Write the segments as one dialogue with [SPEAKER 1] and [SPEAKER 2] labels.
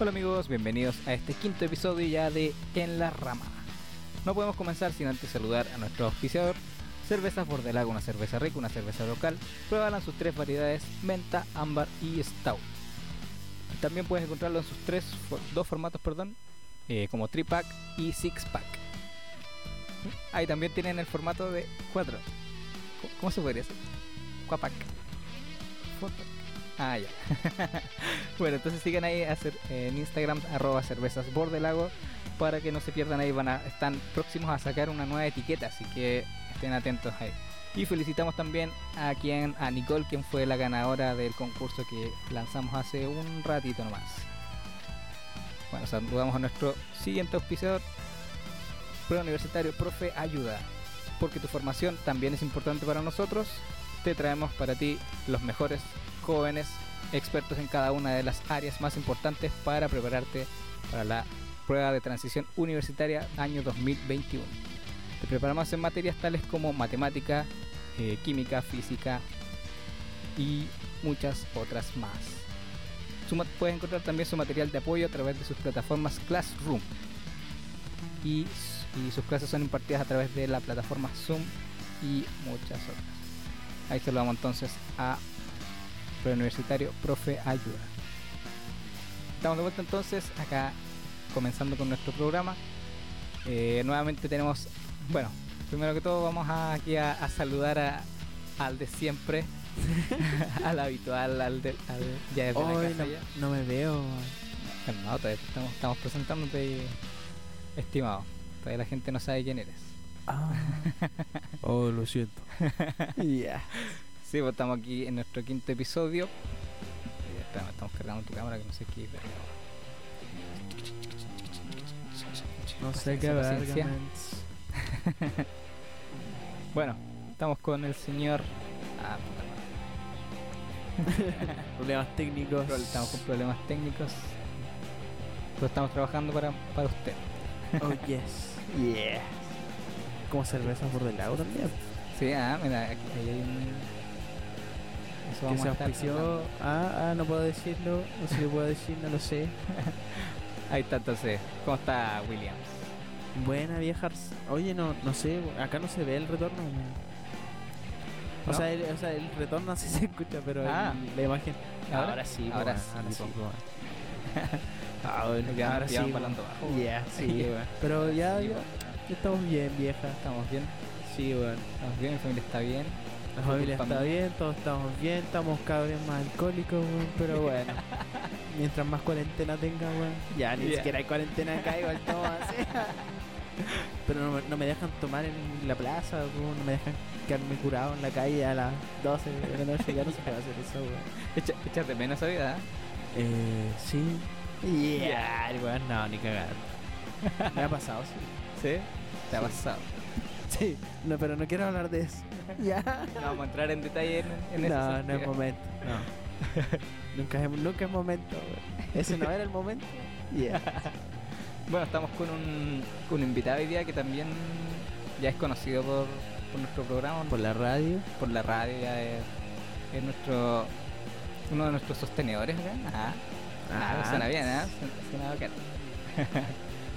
[SPEAKER 1] Hola amigos, bienvenidos a este quinto episodio ya de En la Rama. No podemos comenzar sin antes saludar a nuestro auspiciador, Cervezas Bordelago, una cerveza rica, una cerveza local. Pruébalan sus tres variedades, menta, ámbar y stout. También puedes encontrarlo en sus tres, for- dos formatos, perdón, eh, como 3-pack y 6-pack. Ahí también tienen el formato de 4. ¿Cómo se podría hacer? 4-pack. Ah, ya. Bueno, entonces sigan ahí a cer- en Instagram arroba cervezas bordelago para que no se pierdan ahí, van a, están próximos a sacar una nueva etiqueta, así que estén atentos ahí. Y felicitamos también a quien, a Nicole, quien fue la ganadora del concurso que lanzamos hace un ratito nomás. Bueno, saludamos a nuestro siguiente auspiciador, Preuniversitario Profe Ayuda, porque tu formación también es importante para nosotros. Te traemos para ti los mejores jóvenes expertos en cada una de las áreas más importantes para prepararte para la prueba de transición universitaria año 2021. Te preparamos en materias tales como matemática, eh, química, física y muchas otras más. Su ma- puedes encontrar también su material de apoyo a través de sus plataformas Classroom. Y, s- y sus clases son impartidas a través de la plataforma Zoom y muchas otras. Ahí saludamos entonces a preuniversitario Profe Ayuda. Estamos de vuelta entonces acá comenzando con nuestro programa. Eh, nuevamente tenemos, bueno, primero que todo vamos a- aquí a, a saludar a- al de siempre, al habitual, al, de, al- ya desde la
[SPEAKER 2] Hoy
[SPEAKER 1] casa
[SPEAKER 2] no,
[SPEAKER 1] ya.
[SPEAKER 2] no me veo.
[SPEAKER 1] Calmado, todavía te estamos, estamos presentándote, estimado. Todavía la gente no sabe quién eres.
[SPEAKER 2] Ah. oh, lo siento. Ya.
[SPEAKER 1] Sí, pues estamos aquí en nuestro quinto episodio. Eh, espérame, estamos cargando tu cámara que no sé qué. pero-
[SPEAKER 2] No sé qué
[SPEAKER 1] Paciencia,
[SPEAKER 2] verga.
[SPEAKER 1] paciencia.
[SPEAKER 2] mens.
[SPEAKER 1] Bueno, estamos con el señor. Ah, puta madre.
[SPEAKER 2] Problemas técnicos.
[SPEAKER 1] Pro- Estamos con problemas técnicos. Pero estamos trabajando para, para usted.
[SPEAKER 2] Oh, yes. Yeah. Como cerveza por del lago también.
[SPEAKER 1] Sí, ah, mira, aquí ahí hay un. Eso
[SPEAKER 2] que
[SPEAKER 1] vamos
[SPEAKER 2] se
[SPEAKER 1] a estar
[SPEAKER 2] auspició.
[SPEAKER 1] tratando.
[SPEAKER 2] Ah, ah, no puedo decirlo. No sé si lo puedo decir, no lo sé.
[SPEAKER 1] Ahí está entonces. ¿Cómo está Williams?
[SPEAKER 2] Buena vieja. Ars- Oye, no, no sé. Acá no se ve el retorno. O,
[SPEAKER 1] ¿No?
[SPEAKER 2] sea, el, o sea, el retorno así se escucha, pero
[SPEAKER 1] Ah.
[SPEAKER 2] el- la imagen.
[SPEAKER 1] ¿Ahora?
[SPEAKER 2] sí,
[SPEAKER 1] Ahora
[SPEAKER 2] po,
[SPEAKER 1] sí,
[SPEAKER 2] ahora sí.
[SPEAKER 1] po.
[SPEAKER 2] po. Ah, bueno,
[SPEAKER 1] Ya,
[SPEAKER 2] ahora
[SPEAKER 1] ya
[SPEAKER 2] sí,
[SPEAKER 1] van
[SPEAKER 2] po.
[SPEAKER 1] volando bajo.
[SPEAKER 2] Ya, sí,
[SPEAKER 1] Sí,
[SPEAKER 2] weón.
[SPEAKER 1] weón.
[SPEAKER 2] Pero ya,
[SPEAKER 1] Sí,
[SPEAKER 2] ya,
[SPEAKER 1] weón.
[SPEAKER 2] ya estamos bien, vieja.
[SPEAKER 1] ¿Estamos bien?
[SPEAKER 2] Sí, weón.
[SPEAKER 1] ¿Estamos bien? ¿Mi familia está bien?
[SPEAKER 2] La familia
[SPEAKER 1] Disculpame.
[SPEAKER 2] está bien, todos estamos bien, estamos cada vez más alcohólicos, weón. Pero bueno, mientras más cuarentena tenga, weón. Ya, ni
[SPEAKER 1] Ya.
[SPEAKER 2] siquiera hay cuarentena acá, igual estamos así. Pero no, me- no me dejan tomar en la plaza, weón. No me dejan quedarme curado en la calle a las 12 de la noche. Ya no se puede hacer eso, weón.
[SPEAKER 1] Echa- Echas de menos esa vida, ¿eh?
[SPEAKER 2] Eh, sí. Ya, el weón, no, ni cagar. Me ha pasado, sí.
[SPEAKER 1] ¿Sí? Te ha
[SPEAKER 2] Sí.
[SPEAKER 1] pasado.
[SPEAKER 2] Sí, no, pero no quiero hablar de eso. Ya.
[SPEAKER 1] No vamos a entrar en detalle en, en ese
[SPEAKER 2] no, no
[SPEAKER 1] sentido.
[SPEAKER 2] es momento. No. nunca, es, nunca es momento. güey. Ese no era el momento. Yeah.
[SPEAKER 1] Bueno, estamos con un, un invitado hoy día que también ya es conocido por, por nuestro programa, por,
[SPEAKER 2] la radio.
[SPEAKER 1] por la radio, ya es, es nuestro uno de nuestros sostenedores acá. Ajá. Ah, suena bien, ¿eh? Su- Suena bacán.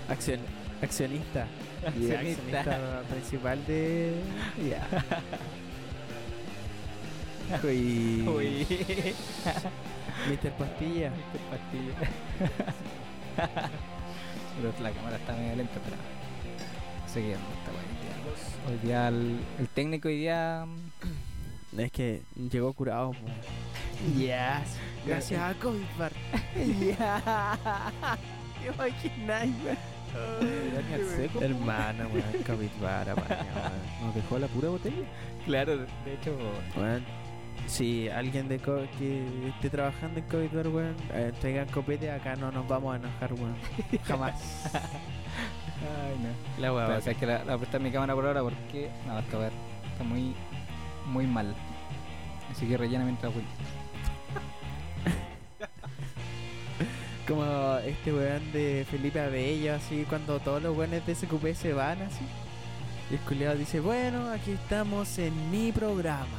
[SPEAKER 2] Accion, accionista.
[SPEAKER 1] Accionista.
[SPEAKER 2] accionista principal de. Ya. Uy.
[SPEAKER 1] Uy,
[SPEAKER 2] Mr. Pastilla.
[SPEAKER 1] qué pastillo. pero la cámara está medio lenta, pero seguimos esta wea hoy día. Hoy día el, el técnico hoy día mm,
[SPEAKER 2] Es que llegó curado. Yes. Gracias a COVID Bar. Yeah. ¿Te imagináis,
[SPEAKER 1] Daniel Seco.
[SPEAKER 2] Hermana, weón. COVID Bar, Nos dejó la pura botella.
[SPEAKER 1] Claro, de hecho
[SPEAKER 2] Weón. Si alguien de COVID que esté trabajando en COVID Bar, weón, eh, traigan copete, acá no nos vamos a enojar, weón. Jamás.
[SPEAKER 1] ay no.
[SPEAKER 2] La
[SPEAKER 1] Pero, o sea, que la, la apretar mi cámara por ahora porque no, esta weá está muy muy mal. Así que rellena mientras voy.
[SPEAKER 2] Como este weón de Felipe Abello, así cuando todos los weones de SQP se van así. Y el culiao dice, bueno, aquí estamos en mi programa.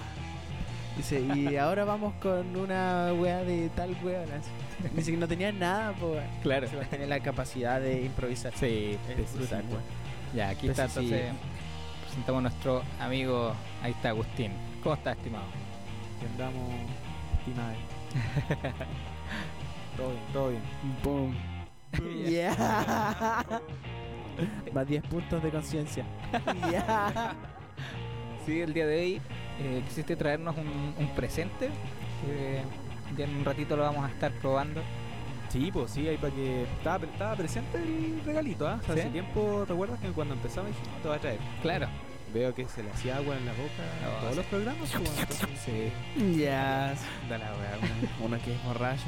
[SPEAKER 2] Dice, y ahora vamos con una wea de tal wea. ¿no? Dice que no tenía nada, pues.
[SPEAKER 1] Claro.
[SPEAKER 2] Tiene la capacidad de improvisar.
[SPEAKER 1] Sí,
[SPEAKER 2] Es
[SPEAKER 1] sí, sí,
[SPEAKER 2] brutal,
[SPEAKER 1] sí.
[SPEAKER 2] weón.
[SPEAKER 1] Ya, aquí
[SPEAKER 2] Pues
[SPEAKER 1] está,
[SPEAKER 2] sí,
[SPEAKER 1] entonces presentamos a nuestro amigo, ahí está Agustín. ¿Cómo está, estimado?
[SPEAKER 3] Que andamos estimado. todo bien, todo bien.
[SPEAKER 2] Boom. Yeah. Más 10 puntos de conciencia. Yeah.
[SPEAKER 1] Sí, el día de hoy eh, quisiste traernos un, un presente que ya en un ratito lo vamos a estar probando.
[SPEAKER 3] Sí, pues sí, ahí para que. Estaba, pre- estaba presente el regalito, ¿ah? O sea,
[SPEAKER 1] ¿Sí?
[SPEAKER 3] Hace tiempo, ¿te acuerdas que cuando empezaba dije, "No te va a traer?
[SPEAKER 1] Claro,
[SPEAKER 3] Veo que se le hacía agua en la boca a
[SPEAKER 1] No,
[SPEAKER 3] todos
[SPEAKER 1] sí.
[SPEAKER 3] los programas, pues, bueno, entonces-
[SPEAKER 2] Yeah. Uno que es borracho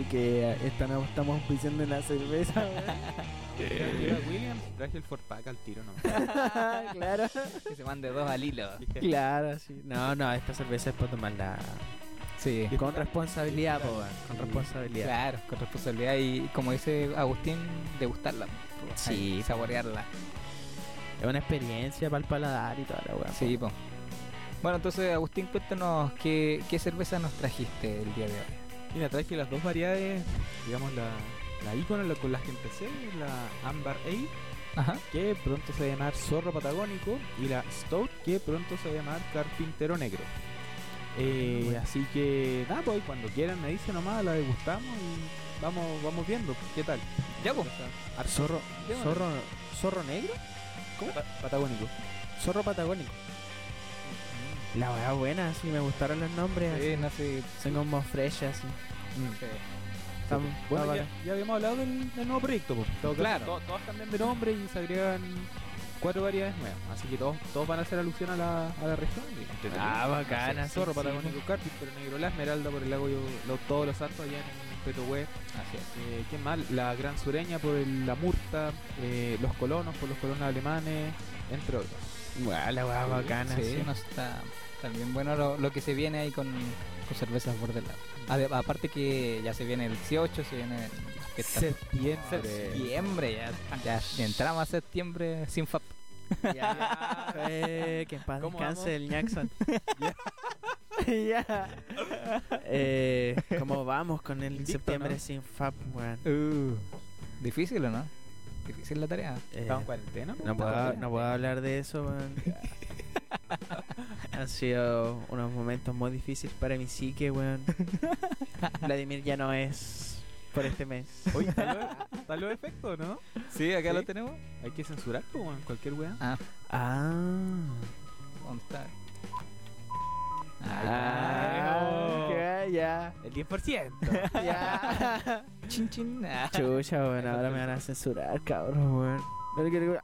[SPEAKER 2] y que estamos, estamos auspiciando en la cerveza.
[SPEAKER 3] Llega William, traje el Forpack al tiro nomás.
[SPEAKER 2] weón. Ah, claro.
[SPEAKER 1] que se mande dos al hilo.
[SPEAKER 3] Dije,
[SPEAKER 2] Claro, sí. No, no, esta cerveza es para tomarla
[SPEAKER 1] Sí,
[SPEAKER 2] con responsabilidad, po, weón, con
[SPEAKER 3] Sí.
[SPEAKER 2] responsabilidad.
[SPEAKER 1] claro, con responsabilidad y como dice Agustín, degustarla.
[SPEAKER 2] Sí. pues.
[SPEAKER 1] Ay, saborearla.
[SPEAKER 2] Es una experiencia para el paladar y toda la weá.
[SPEAKER 1] Sí, po. Bueno, entonces Agustín, cuéntanos qué, qué cerveza nos trajiste el día de hoy.
[SPEAKER 3] Mira, traje las dos variedades, digamos la, la ícono la- con las que empecé, la Amber Ale,
[SPEAKER 1] Ajá.
[SPEAKER 3] que pronto se va a llamar Zorro Patagónico, y la Stout, que pronto se va a llamar Carpintero Negro. Eh,
[SPEAKER 2] Bueno.
[SPEAKER 3] así que nada, pues cuando quieran me dicen nomás, la degustamos y vamos, vamos viendo pues, qué tal.
[SPEAKER 1] Ya, pues. po.
[SPEAKER 2] Ah,
[SPEAKER 3] Ar-
[SPEAKER 2] Zorro,
[SPEAKER 3] Démosle.
[SPEAKER 2] zorro, zorro negro,
[SPEAKER 3] Pa- Patagónico.
[SPEAKER 2] zorro patagónico. La weá buena, sí, me gustaron los nombres. así.
[SPEAKER 1] Sí, no sé.
[SPEAKER 2] Son como fresh así. Mm.
[SPEAKER 1] sí.
[SPEAKER 2] Están-
[SPEAKER 3] Bueno,
[SPEAKER 2] está
[SPEAKER 3] ya, ya habíamos hablado del, del nuevo proyecto, pues. Todo caso,
[SPEAKER 1] Claro.
[SPEAKER 3] to- todos cambian de nombre y se agregan cuatro variedades nuevas. Así que todos, todos van a hacer alusión a la, a la región. y entretenido.
[SPEAKER 2] Ah, bacana,
[SPEAKER 3] No sé,
[SPEAKER 2] sí,
[SPEAKER 3] Zorro
[SPEAKER 2] sí,
[SPEAKER 3] Patagónico Carpis, pero negro la esmeralda por el lago yo, lo- todos los santos allá en Petohue.
[SPEAKER 1] Así es.
[SPEAKER 3] Eh, ¿Quién más? La Gran Sureña por el- la Murta, eh, los colonos por los colonos alemanes, entre otros.
[SPEAKER 2] Buah, la weá bacana,
[SPEAKER 1] Sí,
[SPEAKER 2] sí.
[SPEAKER 1] no está también bueno lo, lo que se viene ahí con, con cervezas Bordelado. Ade- Aparte que ya se viene el 18, se viene la fiesta
[SPEAKER 3] Septiembre.
[SPEAKER 1] septiembre, ya, ya entramos a septiembre sin FAP.
[SPEAKER 2] Ya. Eh, que en paz
[SPEAKER 3] ¿Cómo
[SPEAKER 2] descanse
[SPEAKER 3] vamos?
[SPEAKER 2] el Jackson. Ya. Eh, ¿Cómo vamos con el
[SPEAKER 3] Invicto,
[SPEAKER 2] septiembre
[SPEAKER 3] ¿no?
[SPEAKER 2] sin FAP, weón?
[SPEAKER 3] Uh,
[SPEAKER 1] Difícil, ¿o no? Difícil la tarea.
[SPEAKER 2] Eh,
[SPEAKER 3] ¿Estamos en cuarentena? Ah,
[SPEAKER 2] no, puedo, no puedo hablar de eso, weón. Han sido unos momentos muy difíciles para mi psique, weón. Vladimir ya no es por este mes.
[SPEAKER 3] Oye, ¿están los- están los efectos, no?
[SPEAKER 1] Sí, acá
[SPEAKER 3] lo
[SPEAKER 1] tenemos.
[SPEAKER 3] Hay que censurar, pues, weón, cualquier weá.
[SPEAKER 2] Ah.
[SPEAKER 1] ¿Dónde está?
[SPEAKER 3] Ah,
[SPEAKER 2] Ah, ya.
[SPEAKER 3] El 10%.
[SPEAKER 2] Ya.
[SPEAKER 1] Chin, chin. Ah.
[SPEAKER 2] Chucha, weón, ahora me van a censurar, cabrón, weón. No le quiero-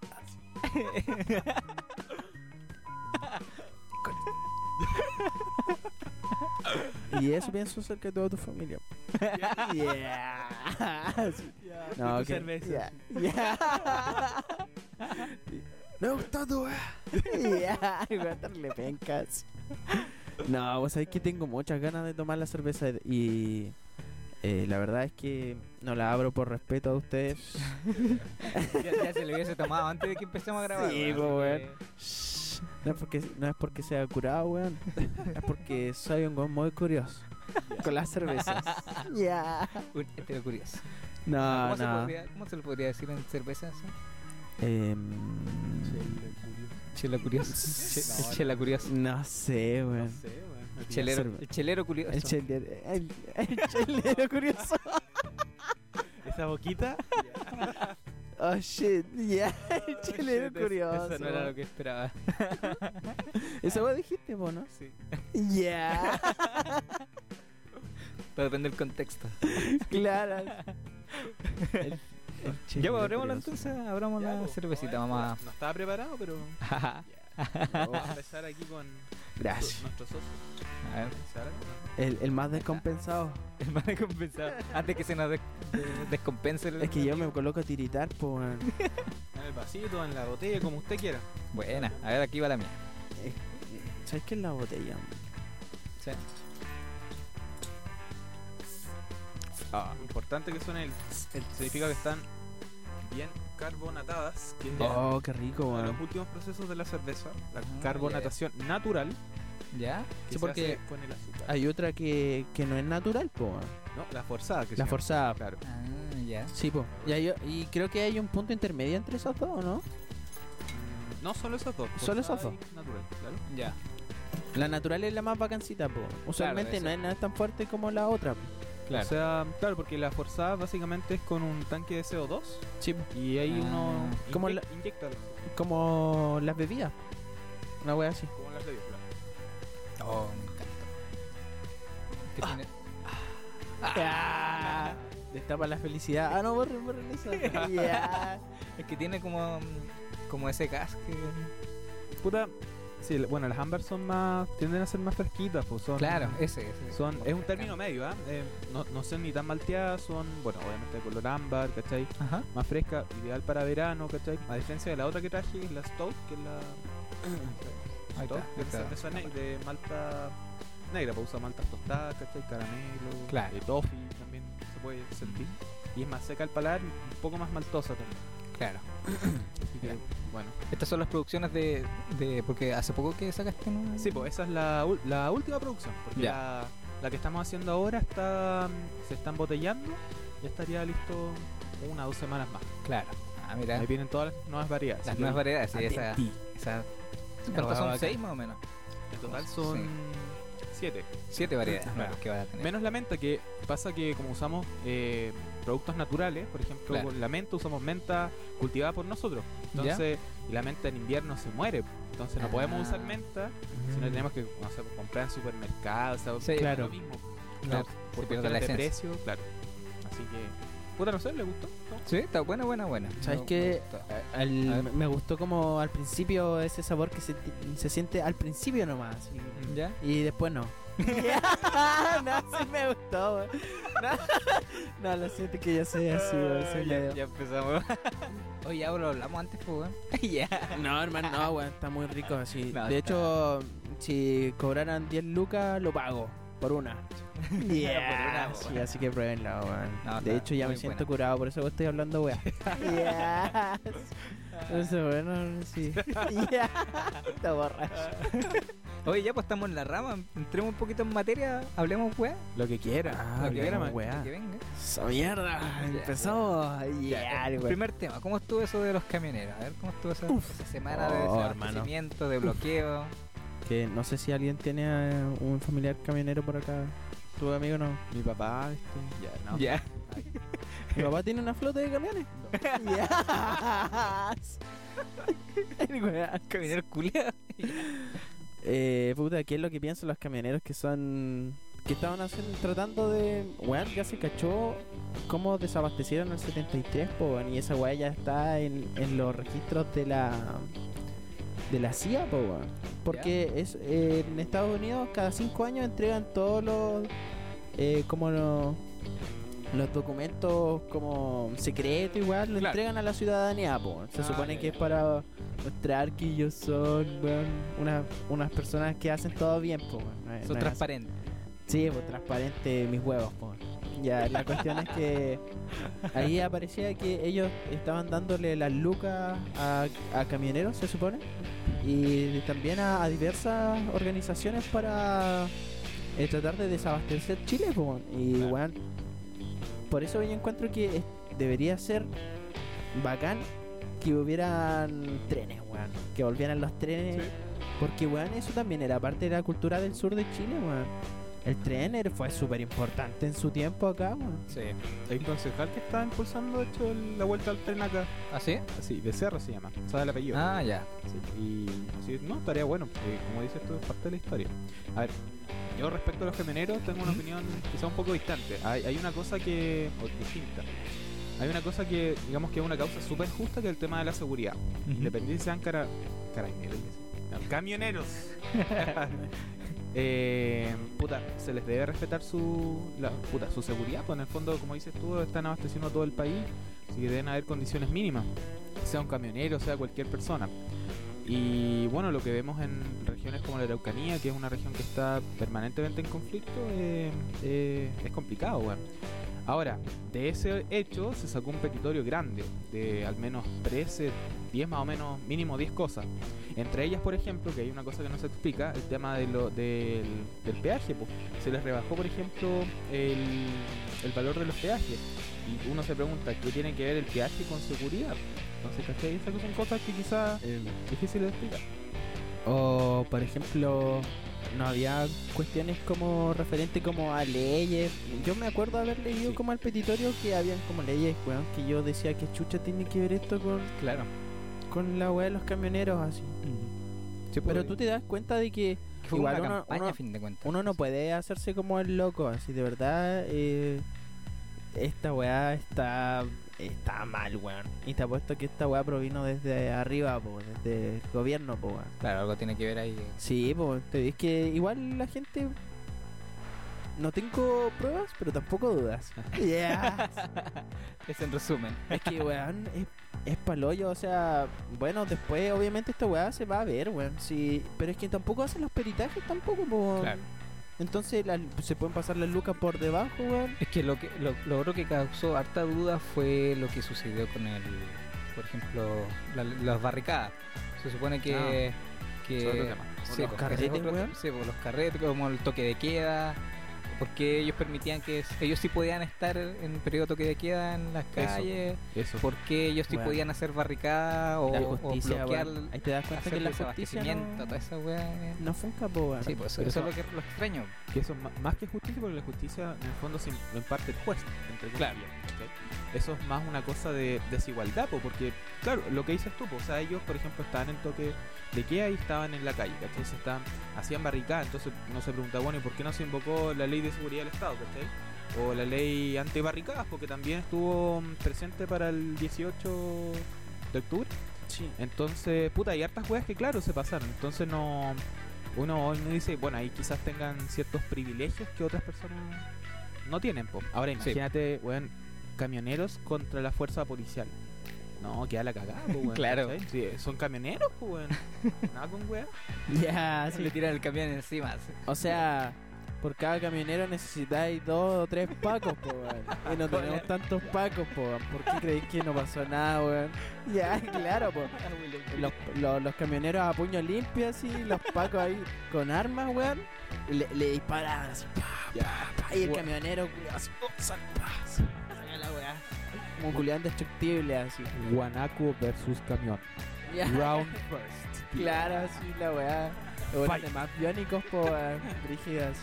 [SPEAKER 2] Y eso pienso acerca de toda tu familia. Yeah. No,
[SPEAKER 3] Y
[SPEAKER 2] que...
[SPEAKER 3] tu cerveza.
[SPEAKER 2] Yeah. Yeah. Me gusta tu Yeah. Voy a darle pencas. No, vos sabés que tengo muchas ganas de tomar la cerveza y eh, la verdad es que no la abro por respeto a ustedes.
[SPEAKER 1] ya, ya se lo hubiese tomado antes de que empecemos a grabar.
[SPEAKER 2] Sí,
[SPEAKER 1] weón,
[SPEAKER 2] po,
[SPEAKER 1] así que-
[SPEAKER 2] Shh. No es porque, no es porque sea curado, weón. Es porque soy un weón muy curioso. Con las cervezas. Yeah.
[SPEAKER 1] Un hetero curioso.
[SPEAKER 2] No,
[SPEAKER 1] ¿Cómo, se
[SPEAKER 2] Ah, no.
[SPEAKER 1] podría, ¿Cómo se le podría decir en cerveza eso?
[SPEAKER 2] Em,
[SPEAKER 1] Chela curioso.
[SPEAKER 2] Sí.
[SPEAKER 1] Che- el chela curioso.
[SPEAKER 2] no sé,
[SPEAKER 3] No
[SPEAKER 2] weón.
[SPEAKER 3] sé, weón.
[SPEAKER 1] El Chelero,
[SPEAKER 2] cerve-
[SPEAKER 1] el chelero curioso.
[SPEAKER 2] El chelero, el, el chelero curioso.
[SPEAKER 3] Esa boquita.
[SPEAKER 2] Oh shit, yeah, el chelero
[SPEAKER 1] Oh, Shit, es-
[SPEAKER 2] curioso.
[SPEAKER 1] Eso no era lo que esperaba.
[SPEAKER 2] Eso vos dijiste, vos, ¿no?
[SPEAKER 1] Sí.
[SPEAKER 2] Yeah,
[SPEAKER 1] Todo depende del contexto.
[SPEAKER 2] claro. El,
[SPEAKER 1] Ya,
[SPEAKER 2] chelero
[SPEAKER 1] pues, abrémosla
[SPEAKER 2] curioso.
[SPEAKER 1] entonces. Abramos
[SPEAKER 3] Ya,
[SPEAKER 1] la
[SPEAKER 3] pues,
[SPEAKER 1] cervecita,
[SPEAKER 3] no,
[SPEAKER 1] vamos
[SPEAKER 3] No estaba preparado, pero.
[SPEAKER 1] a...
[SPEAKER 3] Vamos a empezar aquí con
[SPEAKER 2] Gracias.
[SPEAKER 3] nuestro socio.
[SPEAKER 1] A ver,
[SPEAKER 3] Sara.
[SPEAKER 2] El, el más descompensado.
[SPEAKER 1] es más descompensado. Antes que se nos des- eh, descompense el...
[SPEAKER 2] Es que yo me coloco a tiritar, po. weón.
[SPEAKER 3] En el vasito, en la botella, como usted quiera.
[SPEAKER 1] Buena. A ver, aquí va la mía.
[SPEAKER 2] Eh, ¿Sabes qué es la botella? man?
[SPEAKER 1] Sí.
[SPEAKER 3] Lo importante que suene el, significa que están bien carbonatadas, que es
[SPEAKER 2] Oh, qué rico,
[SPEAKER 3] uno de
[SPEAKER 2] weón.
[SPEAKER 3] los últimos procesos de la cerveza, la
[SPEAKER 1] Ah,
[SPEAKER 3] carbonatación natural,
[SPEAKER 1] ¿Ya?
[SPEAKER 3] que
[SPEAKER 2] Sí,
[SPEAKER 3] se
[SPEAKER 2] porque
[SPEAKER 3] hace con el azúcar.
[SPEAKER 2] Hay otra que, que no es natural, po. weón.
[SPEAKER 3] No, ah, la forzada que se
[SPEAKER 2] La
[SPEAKER 3] llama.
[SPEAKER 2] forzada.
[SPEAKER 3] Claro.
[SPEAKER 1] Ah, ya.
[SPEAKER 2] Sí, po. Y, hay o- y creo que hay un punto intermedio entre esas dos, ¿o ¿no?
[SPEAKER 3] Mm, No, solo esas dos.
[SPEAKER 2] Solo esas
[SPEAKER 3] forzada y Natural, claro.
[SPEAKER 1] Ya.
[SPEAKER 2] La natural es la más vacancita, po. Usualmente
[SPEAKER 1] debe
[SPEAKER 2] no
[SPEAKER 1] ser.
[SPEAKER 2] es nada tan fuerte como la otra. po.
[SPEAKER 1] Claro.
[SPEAKER 3] O sea, claro, porque la forzada básicamente es con un tanque de CO2
[SPEAKER 2] Sí, po.
[SPEAKER 3] y ahí
[SPEAKER 1] Ah.
[SPEAKER 3] uno
[SPEAKER 2] Como
[SPEAKER 3] inye-
[SPEAKER 2] la-
[SPEAKER 3] inyecta el azúcar,
[SPEAKER 2] como las bebidas. Una wea así.
[SPEAKER 3] como las bebidas, claro.
[SPEAKER 1] Oh, me encanta. ¿Qué tiene?
[SPEAKER 2] Ah, Destapa la felicidad. Ah, no, borren, borren eso. Ya.
[SPEAKER 1] Es que tiene como, mm, como ese gas que...
[SPEAKER 3] Puta, sí, la- bueno, las ámbar son más, tienden a ser más fresquitas, pues son...
[SPEAKER 1] Claro, ese. ese.
[SPEAKER 3] Son, es un término medio, ¿ah? Eh, no, no son ni tan malteadas, son, bueno, obviamente de color ámbar, ¿cachai?
[SPEAKER 1] Ajá.
[SPEAKER 3] Más fresca, ideal para verano, ¿cachai? A diferencia de la otra que traje, que es la Stout, que es la...
[SPEAKER 1] Ahí
[SPEAKER 3] Stout,
[SPEAKER 1] está,
[SPEAKER 3] que es
[SPEAKER 1] está.
[SPEAKER 3] cerveza ne- de malta negra, pues usa maltas tostadas, ¿cachai? Caramelo,
[SPEAKER 1] Claro. Mm.
[SPEAKER 3] eh, toffee también se puede sentir. Y es más seca al paladar, y un poco más maltosa también.
[SPEAKER 1] Claro.
[SPEAKER 3] Así que,
[SPEAKER 1] Claro.
[SPEAKER 3] bueno.
[SPEAKER 1] Estas son las producciones de, de... Porque hace poco que sacaste, ¿no?
[SPEAKER 3] Sí, pues esa es la, ul- la última producción, porque
[SPEAKER 1] Ya.
[SPEAKER 3] la, la que estamos haciendo ahora está mm, se está embotellando, ya estaría listo una o dos semanas más.
[SPEAKER 1] Claro. Ah, mira.
[SPEAKER 3] Ahí vienen todas las nuevas variedades.
[SPEAKER 1] Las
[SPEAKER 3] así que
[SPEAKER 1] nuevas variedades, sí, esa...
[SPEAKER 2] Atenti.
[SPEAKER 1] esa
[SPEAKER 2] La
[SPEAKER 1] ¿Cuántas
[SPEAKER 2] hueá
[SPEAKER 1] son?
[SPEAKER 2] bacán.
[SPEAKER 1] ¿Seis más o menos?
[SPEAKER 3] En total son siete.
[SPEAKER 1] Siete variedades
[SPEAKER 2] Claro.
[SPEAKER 1] nuevas que vas a tener.
[SPEAKER 3] Menos la menta, que pasa que como usamos eh, productos naturales, por ejemplo,
[SPEAKER 1] Claro.
[SPEAKER 3] con la menta usamos menta cultivada por nosotros.
[SPEAKER 1] ¿Ya?
[SPEAKER 3] Entonces, y la menta en invierno se muere. Entonces no podemos
[SPEAKER 1] Ah.
[SPEAKER 3] usar menta, sino tenemos que no sé, pues, comprar en supermercados, o sea,
[SPEAKER 1] Sí,
[SPEAKER 3] no es
[SPEAKER 2] claro.
[SPEAKER 3] lo mismo.
[SPEAKER 1] Claro,
[SPEAKER 3] por
[SPEAKER 1] se pierde la
[SPEAKER 3] cuestiones de
[SPEAKER 1] esencia.
[SPEAKER 3] precio, claro. Así que, puta, no sé, ¿le gustó? ¿No?
[SPEAKER 1] Sí, está buena, buena, buena.
[SPEAKER 2] ¿Sabes
[SPEAKER 1] Me-
[SPEAKER 2] qué?
[SPEAKER 1] me gustó.
[SPEAKER 2] A- al-
[SPEAKER 1] A ver.
[SPEAKER 2] me gustó como al principio ese sabor que se, se siente al principio nomás. así.
[SPEAKER 1] ¿Ya?
[SPEAKER 2] Y después no. no, sí me gustó. weón. No, no, lo siento que yo soy así, weón, soy medio-
[SPEAKER 1] empezamos. Oye, ya lo hablamos antes, pues, weón. Ya.
[SPEAKER 2] No, hermano, no, weón, está muy rico así.
[SPEAKER 1] No,
[SPEAKER 2] de
[SPEAKER 1] está-
[SPEAKER 2] hecho, si cobraran 10 lucas, lo pago. Por una. Yeah.
[SPEAKER 1] Por una,
[SPEAKER 2] Sí,
[SPEAKER 1] weón.
[SPEAKER 2] así que pruébenla, weón.
[SPEAKER 1] No,
[SPEAKER 2] de
[SPEAKER 1] está
[SPEAKER 2] hecho, ya me
[SPEAKER 1] muy
[SPEAKER 2] siento
[SPEAKER 1] buena.
[SPEAKER 2] curado, por eso vos estoy hablando, weón. Yeah. Eso, bueno, sí. Yeah. Está borracho.
[SPEAKER 1] Oye, ya pues estamos en la rama. Entremos un poquito en materia. Hablemos, weón.
[SPEAKER 2] Lo que quiera.
[SPEAKER 1] lo que venga,
[SPEAKER 3] hablemos,
[SPEAKER 2] Ah, weá.
[SPEAKER 1] lo que venga.
[SPEAKER 2] Esa mierda. Empezamos. Yeah,
[SPEAKER 1] el
[SPEAKER 2] weón.
[SPEAKER 1] primer tema, ¿cómo estuvo eso de los camioneros? A ver, ¿cómo estuvo esa, esa semana
[SPEAKER 2] Oh,
[SPEAKER 1] de
[SPEAKER 2] hermano.
[SPEAKER 1] desabastecimiento, de bloqueo?
[SPEAKER 2] Que no sé si alguien tiene eh, un familiar camionero por acá. Tu amigo no.
[SPEAKER 3] Mi papá, este, ya, no.
[SPEAKER 1] Ya.
[SPEAKER 2] Mi papá tiene una flota de camiones. Yes. El weón.
[SPEAKER 1] Camionero culiado.
[SPEAKER 2] Eh, puta, ¿qué es lo que piensan los camioneros que son. que estaban haciendo, tratando de. Weón, ya se cachó cómo desabastecieron el 73, po, weón, y esa weá ya está en, en los registros de la. de la CIA, po, weón. Porque es, eh, en Estados Unidos cada 5 años entregan todos los. eh, como los. los documentos como secretos igual lo
[SPEAKER 1] Claro.
[SPEAKER 2] entregan a la ciudadanía, po. Se
[SPEAKER 1] Ah,
[SPEAKER 2] supone
[SPEAKER 1] ya,
[SPEAKER 2] que
[SPEAKER 1] ya.
[SPEAKER 2] es para mostrar que ellos son weón, una- unas personas que hacen todo bien, po, weón. No
[SPEAKER 1] Son
[SPEAKER 2] es- no es así.
[SPEAKER 1] transparentes.
[SPEAKER 2] Sí, pues transparente mis huevos, po. Ya, la cuestión es que ahí aparecía que ellos estaban dándole las lucas a, a camioneros, se supone, y también a, a diversas organizaciones para eh, tratar de desabastecer Chile, po. Y,
[SPEAKER 3] Claro.
[SPEAKER 2] weón, por eso yo encuentro que es- debería ser bacán que hubieran trenes, weón, que volvieran los trenes.
[SPEAKER 3] Sí.
[SPEAKER 2] Porque, weón, eso también era parte de la cultura del sur de Chile, weón. El tren era- fue súper importante en su tiempo acá, weón.
[SPEAKER 1] Sí.
[SPEAKER 3] Hay un concejal que está impulsando, de hecho, el- la vuelta al tren acá.
[SPEAKER 1] ¿Ah, sí?
[SPEAKER 3] Sí, Becerra se llama, sabe el apellido.
[SPEAKER 1] Ah, ya.
[SPEAKER 3] Sí, Y sí, no, estaría bueno, porque como dices tú, es parte de la historia. A ver, yo respecto a los gemeneros tengo una opinión quizá un poco distante. Hay, hay una cosa que. o distinta. Hay una cosa que, digamos que es una causa súper justa que es el tema de la seguridad. Independiente sean cara, carabineros. no, camioneros. Eh, puta, se les debe respetar su la, puta, su seguridad, pues en el fondo, como dices tú, están abasteciendo a todo el país, así que deben haber condiciones mínimas, sea un camionero, sea cualquier persona. Y bueno, lo que vemos en regiones como la Araucanía, que es una región que está permanentemente en conflicto, eh, eh, es complicado, weón. Ahora, de ese hecho se sacó un petitorio grande, de al menos 13, 10 más o menos, mínimo 10 cosas. Entre ellas, por ejemplo, que hay una cosa que no se explica, el tema de lo, del, del peaje. po. Se les rebajó, por ejemplo, el, el valor de los peajes. Y uno se pregunta, ¿qué tiene que ver el peaje con seguridad? Entonces, ¿cachai? Esas son cosas que quizás es difícil de explicar.
[SPEAKER 2] O, por ejemplo, no había cuestiones como referente como a leyes. Yo me acuerdo haber leído
[SPEAKER 3] Sí.
[SPEAKER 2] como al petitorio que habían como leyes, weón, que yo decía que chucha tiene que ver esto con,
[SPEAKER 3] Claro.
[SPEAKER 2] con la weá de los camioneros así.
[SPEAKER 3] pues,
[SPEAKER 2] Pero tú te das cuenta de que
[SPEAKER 1] Que fue
[SPEAKER 2] igual
[SPEAKER 1] una
[SPEAKER 2] uno-
[SPEAKER 1] campaña
[SPEAKER 2] uno-
[SPEAKER 1] a fin de cuentas.
[SPEAKER 2] uno no puede hacerse como el loco, así de verdad eh, esta weá está está mal, weón. Y te apuesto que esta weá provino desde arriba, po, desde el gobierno, po, weón.
[SPEAKER 1] Claro, algo tiene que ver ahí. eh.
[SPEAKER 2] Sí, pues es que igual la gente. No tengo pruebas, pero tampoco dudas. Yeah.
[SPEAKER 1] Es en resumen.
[SPEAKER 2] es que, weón, es, es paloyo. O sea, bueno, después obviamente esta weá se va a ver, weón. Sí, pero es que tampoco hacen los peritajes tampoco, po, weón.
[SPEAKER 1] Claro.
[SPEAKER 2] Entonces las- se pueden pasar las lucas por debajo, weón.
[SPEAKER 1] Es que lo que lo, lo otro que causó harta duda fue lo que sucedió con el, por ejemplo, la- las barricadas. Se supone que que
[SPEAKER 3] Es otro tema, otro
[SPEAKER 1] sí,
[SPEAKER 3] tema.
[SPEAKER 1] pues,
[SPEAKER 2] carretes,
[SPEAKER 1] ese es otro-
[SPEAKER 2] weón.
[SPEAKER 1] sí, pues, los carretes como el toque de queda. Porque ellos permitían que ellos sí podían estar en periodo de toque de queda en las calles,
[SPEAKER 3] Eso.
[SPEAKER 1] porque ellos sí
[SPEAKER 2] Weón.
[SPEAKER 1] podían hacer barricadas o,
[SPEAKER 2] la
[SPEAKER 1] o
[SPEAKER 2] justicia,
[SPEAKER 1] bloquear
[SPEAKER 2] weón. Ahí te das cuenta
[SPEAKER 1] hacer
[SPEAKER 2] que la justicia
[SPEAKER 1] desabastecimiento,
[SPEAKER 2] no,
[SPEAKER 1] toda esa weá. eh.
[SPEAKER 2] no funca, po, weón.
[SPEAKER 1] Sí, pues eso,
[SPEAKER 3] pero
[SPEAKER 1] eso
[SPEAKER 3] eso-
[SPEAKER 1] es lo que lo extraño.
[SPEAKER 3] Que eso es ma- más que justicia, porque la justicia en el fondo se lo imparte el juez. Entre comillas,
[SPEAKER 1] Claro.
[SPEAKER 3] ¿cachai? Eso es más una cosa de desigualdad, po, porque, claro, lo que dices tú, po, o sea, ellos, por ejemplo, estaban en toque de queda y estaban en la calle, ¿cachai? Se estaban, hacían barricadas, entonces no se pregunta, bueno, ¿y por qué no se invocó la ley de seguridad del Estado, ¿cachai? O la ley antibarricadas, porque también estuvo mm, presente para el 18 de octubre.
[SPEAKER 2] Sí.
[SPEAKER 3] Entonces, puta, hay hartas weas que claro se pasaron. Entonces no. Uno hoy no dice, bueno, ahí quizás tengan ciertos privilegios que otras personas no tienen. po. Ahora imagínate, weón, camioneros contra la fuerza policial. No, queda la cagada, po, weón.
[SPEAKER 1] Claro.
[SPEAKER 3] ¿cachai? Sí, son camioneros, po, weón. Nada con weón.
[SPEAKER 2] Ya,
[SPEAKER 1] Se
[SPEAKER 2] Ah, sí.
[SPEAKER 1] le tiran el camión encima. así.
[SPEAKER 2] O sea, por cada camionero necesitáis dos o tres pacos, po, weón. Y no tenemos tantos pacos, po, weón. ¿Por qué creéis que no pasó nada, weón? Ya, claro, po. Los, los- los camioneros a puño limpio, así, los pacos ahí con armas, weón. Y le, le disparaban así, pa, pa, pa, Y el
[SPEAKER 1] Weón.
[SPEAKER 2] camionero, culiao, así, oh, sal, pa, así, saca la weá. Como un culiao indestructible, así.
[SPEAKER 3] Guanaco versus camión.
[SPEAKER 2] Ya,
[SPEAKER 3] Round first.
[SPEAKER 2] claro, así, la weá. Los
[SPEAKER 3] Fight.
[SPEAKER 2] weones más biónicos, po, weón. Brígidas.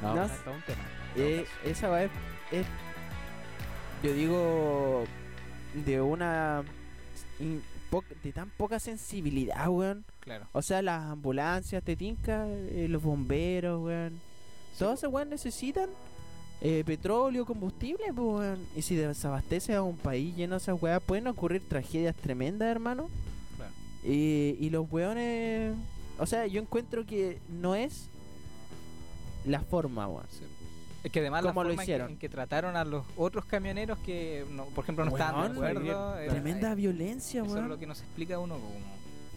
[SPEAKER 3] No,
[SPEAKER 2] No
[SPEAKER 3] no,
[SPEAKER 2] sé.
[SPEAKER 3] está un tema.
[SPEAKER 2] Eh, esa va es, es- yo digo, de una, in- po- de tan poca sensibilidad, weón.
[SPEAKER 1] Claro.
[SPEAKER 2] O sea, las ambulancias, te tinca, eh, los bomberos, weón. Todos esos weón necesitan eh, petróleo, combustible, pues, weón. Y si desabastece a un país lleno de esas weas, pueden ocurrir tragedias tremendas, hermano.
[SPEAKER 1] Claro.
[SPEAKER 2] Y, y los weones. O sea, yo encuentro que no es la forma, weón.
[SPEAKER 1] Sí. Es que además la
[SPEAKER 2] ¿Cómo lo
[SPEAKER 1] forma en que-
[SPEAKER 2] hicieron?
[SPEAKER 1] En, que, trataron a los otros camioneros que, no- por ejemplo, no estaban de
[SPEAKER 2] Weón,
[SPEAKER 1] acuerdo. era-
[SPEAKER 2] Tremenda violencia,
[SPEAKER 1] Eso es
[SPEAKER 2] weón.
[SPEAKER 1] lo que nos explica uno como...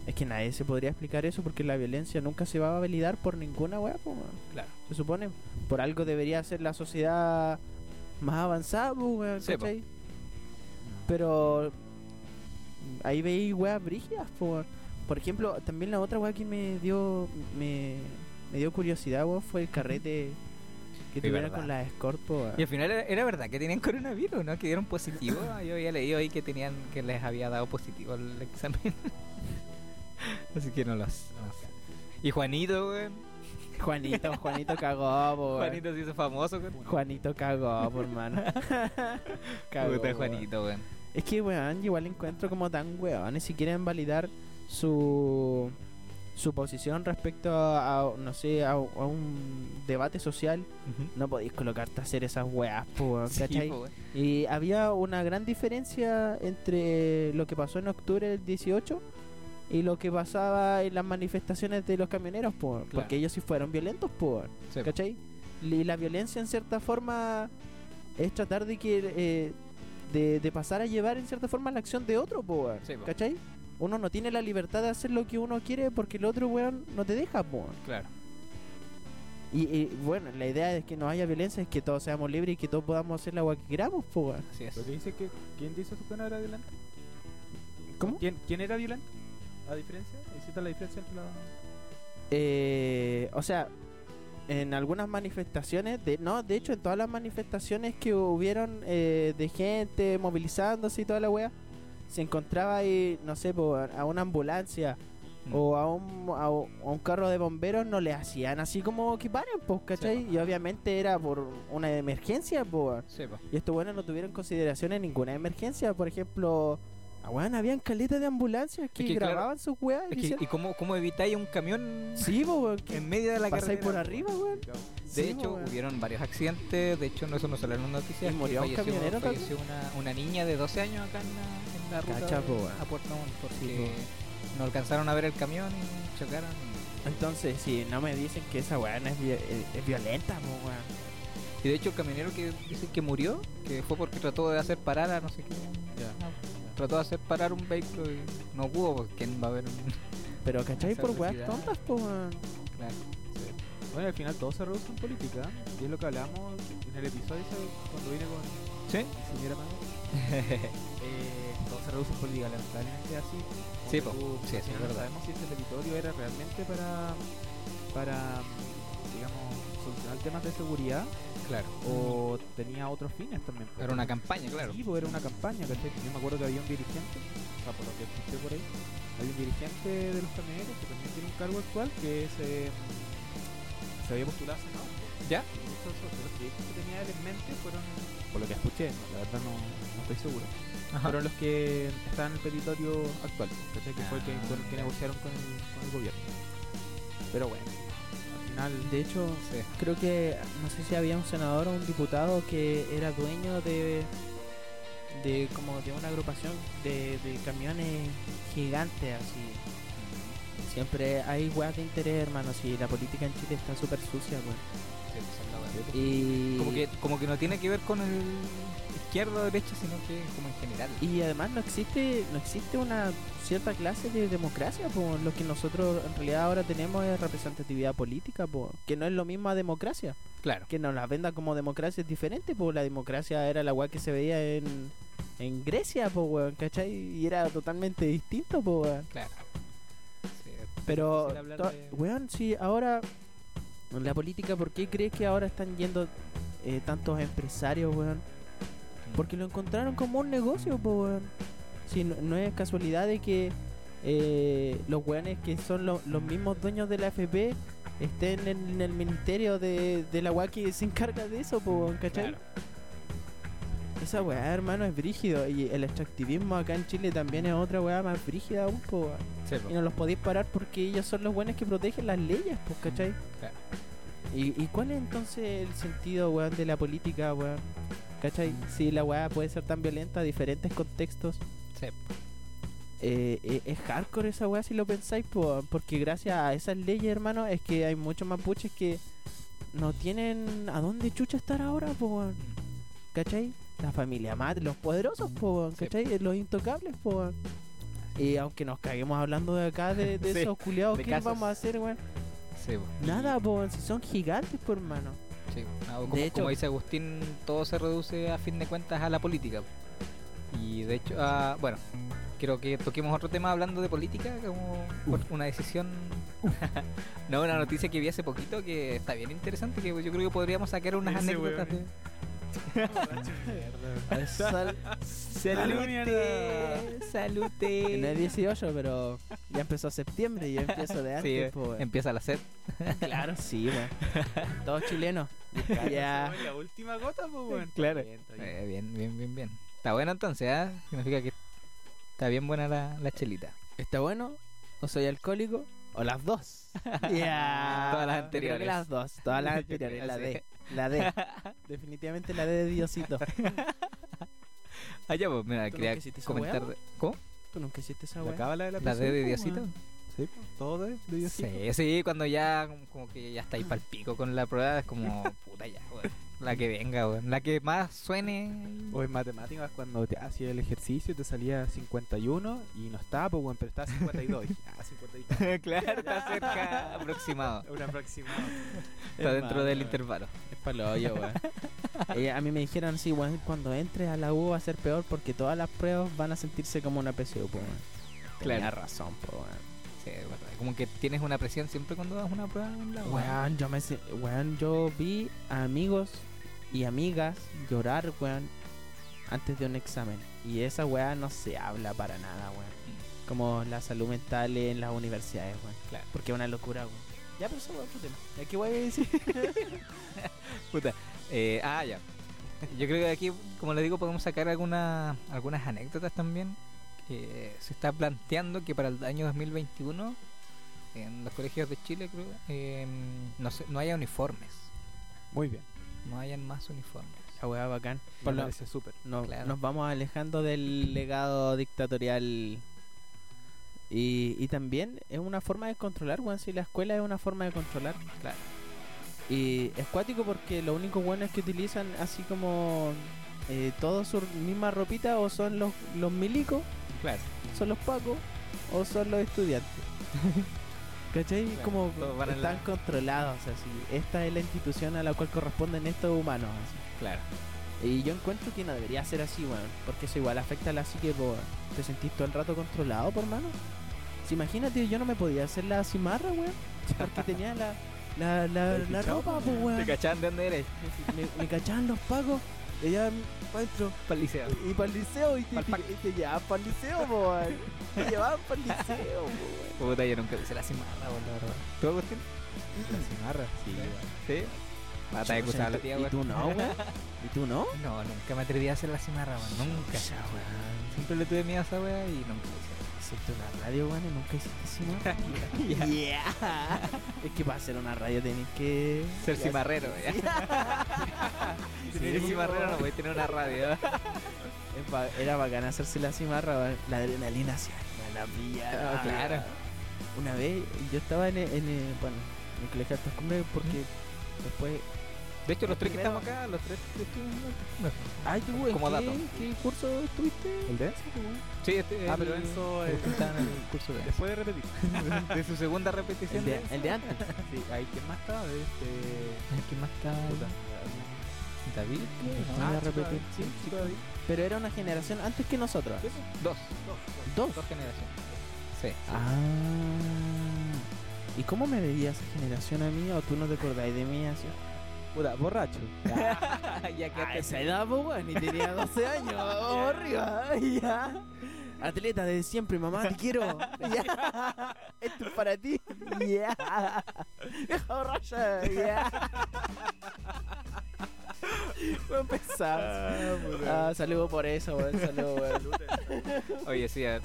[SPEAKER 2] Es que nadie se podría explicar eso porque la violencia nunca se va a validar por ninguna weá, po, weón.
[SPEAKER 1] Claro.
[SPEAKER 2] Se supone. Por algo debería ser la sociedad más avanzada, po, weón,
[SPEAKER 1] Sí, po.
[SPEAKER 2] ¿cachai? Pero ahí veis weas brígidas, po, weón. Por ejemplo, también la otra weá que me dio me, me dio curiosidad, weón, fue el carrete que
[SPEAKER 1] Sí,
[SPEAKER 2] tuvieron
[SPEAKER 1] verdad.
[SPEAKER 2] con las escort, po, weón.
[SPEAKER 1] Y al final era, era verdad que tenían coronavirus, ¿no? Que dieron positivo. Yo había leído ahí que tenían que les había dado positivo el examen. Así que no los... no sé. Y Juanito, weón.
[SPEAKER 2] Juanito, Juanito cagó, po, weón.
[SPEAKER 1] Juanito se hizo famoso, weón.
[SPEAKER 2] Juanito cagó, por mano. Cagó,
[SPEAKER 1] Puta
[SPEAKER 2] po, weón.
[SPEAKER 1] Juanito, weón.
[SPEAKER 2] Es que, weón, igual encuentro como tan weones si quieren validar su, su posición respecto a, no sé, a, a un debate social. No podéis colocarte a hacer esas weas, po, weón,
[SPEAKER 1] Sí,
[SPEAKER 2] ¿cachai?
[SPEAKER 1] po, weón.
[SPEAKER 2] Y había una gran diferencia entre lo que pasó en octubre del 18 y lo que pasaba en las manifestaciones de los camioneros, po, weón,
[SPEAKER 1] Claro.
[SPEAKER 2] porque ellos sí fueron violentos, po, weón.
[SPEAKER 1] Sí, po.
[SPEAKER 2] ¿Cachai? Y la violencia en cierta forma es tratar de que eh, de, de pasar a llevar en cierta forma la acción de otro, po, weón.
[SPEAKER 1] Sí, po.
[SPEAKER 2] ¿Cachai? Uno no tiene la libertad de hacer lo que uno quiere porque el otro weón no te deja, po. weón.
[SPEAKER 1] Claro.
[SPEAKER 2] Y, y, bueno, la idea es que no haya violencia, es que todos seamos libres y que todos podamos hacer la agua que queramos, po, weón.
[SPEAKER 1] Así es.
[SPEAKER 3] Lo que dice que. ¿Quién dice que no era violento?
[SPEAKER 2] ¿Cómo?
[SPEAKER 3] ¿Quién, ¿Quién era violento? ¿A diferencia? ¿Existe la diferencia entre la.?
[SPEAKER 2] Eh, o sea, en algunas manifestaciones, de, no, de hecho en todas las manifestaciones que hubieron eh, de gente movilizándose y toda la wea, se encontraba ahí, no sé, po, a una ambulancia
[SPEAKER 1] Mm.
[SPEAKER 2] o a un, a, u- a un carro de bomberos, no le hacían así como que paren, pues, ¿cachai?
[SPEAKER 1] Sí, po.
[SPEAKER 2] Y obviamente era por una emergencia, pues.
[SPEAKER 1] Sí, po.
[SPEAKER 2] Y estos buenos no tuvieron consideración en ninguna emergencia, por ejemplo... Ah, weón, habían caletas de ambulancias que,
[SPEAKER 1] que, claro,
[SPEAKER 2] grababan sus weas. y
[SPEAKER 1] Es que,
[SPEAKER 2] decían-
[SPEAKER 1] ¿Y cómo, cómo evitáis un camión
[SPEAKER 2] Sí, po, weón, que
[SPEAKER 1] en medio de la
[SPEAKER 2] pasáis
[SPEAKER 1] carretera?
[SPEAKER 2] por arriba, weón.
[SPEAKER 1] De
[SPEAKER 2] Sí,
[SPEAKER 1] hecho,
[SPEAKER 2] weón.
[SPEAKER 1] hubieron varios accidentes. De hecho, no, eso nos salió en las noticias. que
[SPEAKER 2] ¿Y murió un
[SPEAKER 1] falleció,
[SPEAKER 2] camionero
[SPEAKER 1] falleció una, una niña de 12 años acá en la, en la ruta
[SPEAKER 2] Cacha, po,
[SPEAKER 1] de-
[SPEAKER 2] weón.
[SPEAKER 1] a Puerto Montt porque
[SPEAKER 2] Sí,
[SPEAKER 1] no alcanzaron a ver el camión y chocaron.
[SPEAKER 2] Entonces, si no me dicen que esa weá no es, vi- es- es violenta, po, weón.
[SPEAKER 1] Y de hecho, el camionero que dicen que murió, que fue porque trató de hacer parar a no sé qué.
[SPEAKER 3] Ya.
[SPEAKER 1] Trató de hacer parar un vehículo y no pudo porque ¿quién va a ver un.
[SPEAKER 2] Pero ¿cachai?
[SPEAKER 1] Esa
[SPEAKER 2] Por weas
[SPEAKER 1] velocidad.
[SPEAKER 2] tontas, po, weón.
[SPEAKER 1] Claro.
[SPEAKER 3] Bueno, al final todo se reduce en política. Y es lo que hablamos en el episodio ¿sabes? cuando vine con
[SPEAKER 1] ¿Sí?
[SPEAKER 3] mi señora madre. Eh, todo se reduce en política, lamentablemente es así. Como
[SPEAKER 1] Sí,
[SPEAKER 3] que
[SPEAKER 1] po.
[SPEAKER 3] tú,
[SPEAKER 1] Sí,
[SPEAKER 3] al
[SPEAKER 1] sí, es
[SPEAKER 3] final
[SPEAKER 1] verdad.
[SPEAKER 3] No sabemos si ese territorio era realmente para, para digamos, solucionar temas de seguridad
[SPEAKER 1] claro.
[SPEAKER 3] o tenía otros fines también. po.
[SPEAKER 1] Era una campaña, claro.
[SPEAKER 3] Sí, pues, era una campaña, ¿cachai? Yo me acuerdo que había un dirigente, o sea, por lo que escuché por ahí, había un dirigente de los camioneros que también tiene un cargo actual que es, eh, se había postulado a senador.
[SPEAKER 1] ¿Ya?
[SPEAKER 3] Y muchos de los- de los proyectos que tenía él en mente fueron, por lo que escuché, no, la verdad no, no estoy seguro, fueron los que estaban en el territorio actual, ¿cachai? Que fue el que,
[SPEAKER 1] Ah.
[SPEAKER 3] con el que negociaron con el, con el gobierno. Pero bueno, al final...
[SPEAKER 2] De hecho,
[SPEAKER 1] Sí.
[SPEAKER 2] creo que no sé si había un senador o un diputado que era dueño de de como de una agrupación de, de camiones gigantes así. Siempre hay weas de interés, hermano, si la política en Chile está súper sucia, weón.
[SPEAKER 1] Sí, esa es la verdad.
[SPEAKER 2] Y
[SPEAKER 1] Como que, como que no tiene que ver con el izquierda o derecha, sino que como en general.
[SPEAKER 2] Y además no existe no existe una cierta clase de democracia, por lo que nosotros en realidad ahora tenemos es representatividad política, po, que no es lo mismo a democracia,
[SPEAKER 1] Claro.
[SPEAKER 2] que nos la venda como democracia es diferente, pues la democracia era la weá que se veía en, en Grecia, po, weón, ¿cachai? Y era totalmente distinto, po, weón.
[SPEAKER 1] Claro. Sí,
[SPEAKER 2] Pero,
[SPEAKER 1] difícil hablar
[SPEAKER 2] to-
[SPEAKER 1] de-
[SPEAKER 2] weón, sí, ahora la política, ¿por qué crees que ahora están yendo eh, tantos empresarios, weón? Porque lo encontraron como un negocio, po, weón. Si no, no es casualidad de que eh, los weones que son lo- los mismos dueños de la FP estén en, el ministerio de, de la weá que se encarga de eso, po, weón, ¿cachai?
[SPEAKER 1] Claro.
[SPEAKER 2] Esa weá, hermano, es brígido. Y el extractivismo acá en Chile también es otra weá más brígida aún, po, weón.
[SPEAKER 1] Sí, po.
[SPEAKER 2] Y no los podéis parar porque ellos son los buenos que protegen las leyes, pues, ¿cachai?
[SPEAKER 1] Mm, Claro.
[SPEAKER 2] ¿Y, y cuál es entonces el sentido, weón, de la política, weón? ¿Cachai? Si la weá puede ser tan violenta a diferentes contextos.
[SPEAKER 1] Sí.
[SPEAKER 2] Eh, eh, es hardcore esa weá si lo pensáis, po, weón, porque gracias a esas leyes, hermano, es que hay muchos mapuches que no tienen a dónde chucha estar ahora, po, weón. ¿cachai? La familia Mat, los poderosos, po, weón,
[SPEAKER 1] Mm. Sí.
[SPEAKER 2] ¿cachai? Los intocables, po. weón. Y aunque nos caguemos hablando de acá, de, de
[SPEAKER 1] Sí,
[SPEAKER 2] esos culiados,
[SPEAKER 1] de
[SPEAKER 2] ¿qué
[SPEAKER 1] casos.
[SPEAKER 2] vamos a hacer, weón?
[SPEAKER 1] Sí, po.
[SPEAKER 2] Nada, po, weón, si son gigantes, por hermano.
[SPEAKER 1] Sí, no, como,
[SPEAKER 2] De hecho-
[SPEAKER 1] como dice Agustín, todo se reduce a fin de cuentas a la política. Y de hecho, ah, bueno, quiero que toquemos otro tema hablando de política, como por una decisión. no, una noticia que vi hace poquito que está bien interesante, que yo creo que podríamos sacar unas
[SPEAKER 3] Ese
[SPEAKER 1] anécdotas de.
[SPEAKER 3] weón.
[SPEAKER 2] Sal- eh,
[SPEAKER 1] ¡Salute!
[SPEAKER 2] en el
[SPEAKER 1] ¡Salute!
[SPEAKER 2] 18, pero ya empezó septiembre y yo empiezo de antes,
[SPEAKER 1] Sí,
[SPEAKER 2] po, weón.
[SPEAKER 1] empieza la sed.
[SPEAKER 2] em, Claro, sí, weón. Todos chilenos. Ya.
[SPEAKER 3] La última gota, pues, bueno.
[SPEAKER 1] Claro. Eh, bien, bien, bien, bien. Está bueno entonces, ¿ah? Significa que está bien buena la, la chelita.
[SPEAKER 2] ¿Está bueno? ¿O soy alcohólico? ¿O las dos? Ya.
[SPEAKER 1] Todas las
[SPEAKER 2] Yo creo que
[SPEAKER 1] anteriores.
[SPEAKER 2] las dos, todas las
[SPEAKER 1] Yo
[SPEAKER 2] anteriores.
[SPEAKER 1] creo,
[SPEAKER 2] La
[SPEAKER 1] sí.
[SPEAKER 2] D. La D. Definitivamente la D de Diosito.
[SPEAKER 1] Ah, ya, pues mira,
[SPEAKER 2] ¿Tú
[SPEAKER 1] quería
[SPEAKER 2] nunca hiciste esa
[SPEAKER 1] comentar.
[SPEAKER 2] weá,
[SPEAKER 1] de- ¿Cómo?
[SPEAKER 2] ¿Tú nunca hiciste esa
[SPEAKER 3] ¿La
[SPEAKER 2] weá?
[SPEAKER 3] cábala de la
[SPEAKER 1] ¿La D de
[SPEAKER 3] prisión,
[SPEAKER 1] Diosito?
[SPEAKER 3] po, weón? Sí, po, todo de, de Diosito.
[SPEAKER 1] Sí, sí, cuando ya como que ya estáis pal pico con la prueba, es como puta ya, weón. La que venga, weón. La que más suene.
[SPEAKER 3] O en matemáticas, cuando te hacía el ejercicio, te salía 51 y no estaba, pues, weón, pero estaba 52. Y dije, ah, 52.
[SPEAKER 1] claro, está cerca, aproximado.
[SPEAKER 3] Un aproximado.
[SPEAKER 1] Está dentro del intervalo.
[SPEAKER 2] Es palo, weón. Eh, a mí me dijeron, sí, weón, cuando entres a la U va a ser peor porque todas las pruebas van a sentirse como una PSU, po, weón. Tenía
[SPEAKER 1] Claro.
[SPEAKER 2] razón, po, weón.
[SPEAKER 1] Sí, es verdad. Como que tienes una presión siempre cuando das una prueba en la weón.
[SPEAKER 2] Weón, yo me se- weón, yo vi a amigos y amigas llorar, weón, antes de un examen. Y esa weá no se habla para nada, weón. Como la salud mental en las universidades, weón.
[SPEAKER 1] Claro.
[SPEAKER 2] Porque es una locura, weón. Ya, pero eso weón, otro tema. ¿Ya qué weón voy a decir?
[SPEAKER 1] Puta. Eh, ah, ya. Yo creo que de aquí, como le digo, podemos sacar alguna, algunas anécdotas también. Que se está planteando que para el año 2021, en los colegios de Chile, creo, eh, no, se- no haya uniformes.
[SPEAKER 3] Muy bien.
[SPEAKER 1] No hayan más uniformes.
[SPEAKER 2] La weá bacán.
[SPEAKER 3] Me
[SPEAKER 2] Por lo-
[SPEAKER 3] parece súper.
[SPEAKER 2] no-
[SPEAKER 1] Claro.
[SPEAKER 2] Nos vamos alejando del legado dictatorial. Y, y también es una forma de controlar, weón. Si la escuela es una forma de controlar.
[SPEAKER 1] Claro.
[SPEAKER 2] Y es cuático porque lo único bueno es que utilizan así como eh, todos su misma ropita o son los, los milicos,
[SPEAKER 1] Claro.
[SPEAKER 2] son los pacos o son los estudiantes. ¿Cachai?
[SPEAKER 1] Claro,
[SPEAKER 2] como
[SPEAKER 1] todos van en la-
[SPEAKER 2] están controlados así. Esta es la institución a la cual corresponden estos humanos. así.
[SPEAKER 1] Claro.
[SPEAKER 2] Y yo encuentro que no debería ser así, weón. Porque eso igual afecta a la psique, po, weón. ¿Te sentís todo el rato controlado, por mano? Si imagínate, yo no me podía hacer la cimarra, weón. Porque tenía la, la, la,
[SPEAKER 3] Te
[SPEAKER 2] la
[SPEAKER 3] cachaba,
[SPEAKER 2] ropa, po,
[SPEAKER 1] ¿Te
[SPEAKER 2] weón.
[SPEAKER 1] cachan de dónde eres?
[SPEAKER 2] Me, me cachaban los pagos. Y allá para adentro.
[SPEAKER 1] Pa'l liceo.
[SPEAKER 2] Y para el liceo. Y te,
[SPEAKER 1] Pa'l
[SPEAKER 2] te-
[SPEAKER 1] pac.
[SPEAKER 2] y te llevaban para el liceo, po, weón. Te llevaban para el liceo, po, weón.
[SPEAKER 1] Puta, yo nunca hice la cimarra, weón, la verdad. ¿Tú, Agustín?
[SPEAKER 3] La cimarra. Sí,
[SPEAKER 1] Claro.
[SPEAKER 3] weón.
[SPEAKER 1] ¿Sí? Mata de
[SPEAKER 2] Chucha,
[SPEAKER 1] cruzar la tía,
[SPEAKER 2] ¿Y tú
[SPEAKER 1] weón.
[SPEAKER 2] no, weón? ¿Y tú no?
[SPEAKER 1] No, nunca me atreví a hacer la cimarra, weón. Nunca.
[SPEAKER 2] Chucha, weón.
[SPEAKER 1] Siempre le tuve miedo a esa weá y nunca lo
[SPEAKER 2] Hiciste una radio, weón, y nunca hiciste cimarra.
[SPEAKER 1] hice. Ya.
[SPEAKER 2] Yeah. es que para hacer una radio tenés que
[SPEAKER 1] Ser
[SPEAKER 2] Ya,
[SPEAKER 1] cimarrero, ya. Si eres
[SPEAKER 2] Sí,
[SPEAKER 1] cimarrero
[SPEAKER 2] weón.
[SPEAKER 1] no podés tener una radio.
[SPEAKER 2] es ba- Era bacán hacerse la cimarra, weón. la adrenalina se la pilla.
[SPEAKER 1] Ah, claro.
[SPEAKER 2] Una vez yo estaba en, el- en el- bueno, en el colegio de altas cumbres porque después.
[SPEAKER 1] De hecho, los
[SPEAKER 2] los
[SPEAKER 1] tres
[SPEAKER 2] tres
[SPEAKER 1] que estamos acá, los tres que
[SPEAKER 2] Ay, tú, ¿en
[SPEAKER 1] Como
[SPEAKER 2] qué,
[SPEAKER 1] dato.
[SPEAKER 2] ¿Qué curso estuviste?
[SPEAKER 3] ¿El dance?
[SPEAKER 1] Sí, este,
[SPEAKER 3] Ah,
[SPEAKER 1] el-
[SPEAKER 3] pero Enzo, eh,
[SPEAKER 1] Agustín estaba en el curso de
[SPEAKER 3] Después de repetir.
[SPEAKER 1] de su segunda
[SPEAKER 2] El
[SPEAKER 1] repetición.
[SPEAKER 2] de,
[SPEAKER 1] de-
[SPEAKER 2] el de antes.
[SPEAKER 3] Sí, ahí quien más estaba, este.
[SPEAKER 1] Ay, ¿Quién más estaba?
[SPEAKER 3] puta.
[SPEAKER 1] David.
[SPEAKER 2] No,
[SPEAKER 1] Ah,
[SPEAKER 2] voy a
[SPEAKER 3] Ah, chico
[SPEAKER 2] repetir.
[SPEAKER 3] David. Sí, chico David.
[SPEAKER 2] Pero era una generación antes que nosotros.
[SPEAKER 3] ¿Qué?
[SPEAKER 1] Dos.
[SPEAKER 3] Dos, dos.
[SPEAKER 2] Dos.
[SPEAKER 1] Dos generaciones. Sí.
[SPEAKER 2] Ah. ¿Y cómo me veía esa generación a mí? ¿O tú no te acordáis de mí así?
[SPEAKER 3] Puta, borracho.
[SPEAKER 1] Ah, ya
[SPEAKER 2] A
[SPEAKER 1] quedaste
[SPEAKER 2] esa edad, pues, weón, y tenía 12 años, vamos arriba, ya. Atleta de siempre, mamá, te quiero. Ya. Esto es para ti. Ya. Vieja borracha, ya. Weón, pesado. Ah, saludo por eso, weón, saludo, weón.
[SPEAKER 1] Oye, sí, a ver.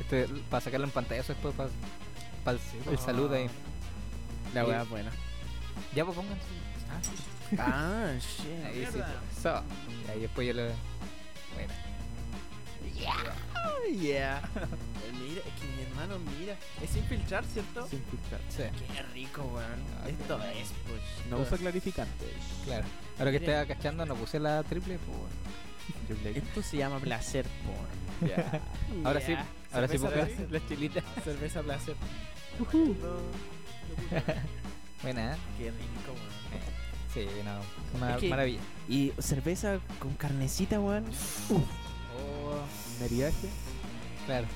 [SPEAKER 1] Este, para sacarlo en pantalla eso después, para el saludo ahí.
[SPEAKER 2] La
[SPEAKER 1] weá
[SPEAKER 2] es buena.
[SPEAKER 1] Ya, pues pónganse. Ah, sí.
[SPEAKER 2] Ah,
[SPEAKER 1] Ahí
[SPEAKER 2] shit.
[SPEAKER 1] sí, pues, eso. Y ahí después yo lo. Bueno,
[SPEAKER 2] Oh, yeah. Eh, Mira, es que mi hermano, mira. Es infiltrar, ¿cierto?
[SPEAKER 3] Sin filtrar.
[SPEAKER 1] sí,
[SPEAKER 2] Qué rico, weón.
[SPEAKER 1] Ah,
[SPEAKER 2] Esto
[SPEAKER 1] bueno.
[SPEAKER 2] es, pues.
[SPEAKER 3] No
[SPEAKER 2] esto
[SPEAKER 3] usa
[SPEAKER 2] es.
[SPEAKER 3] clarificante.
[SPEAKER 1] claro. Ahora que estaba cachando, no puse la triple, pues bueno.
[SPEAKER 2] Esto se llama placer porn.
[SPEAKER 1] Ahora sí,
[SPEAKER 2] Ya.
[SPEAKER 1] ahora sí pues,
[SPEAKER 2] Cerveza
[SPEAKER 1] pongo las chilitas.
[SPEAKER 2] placer. Cerveza placer.
[SPEAKER 1] Buena, ¿eh?
[SPEAKER 2] Qué rico, weón.
[SPEAKER 1] Sí, no. Una
[SPEAKER 2] Es que-
[SPEAKER 1] maravilla.
[SPEAKER 2] Y cerveza con carnecita, weón.
[SPEAKER 1] Oh,
[SPEAKER 3] Meriaje.
[SPEAKER 1] claro.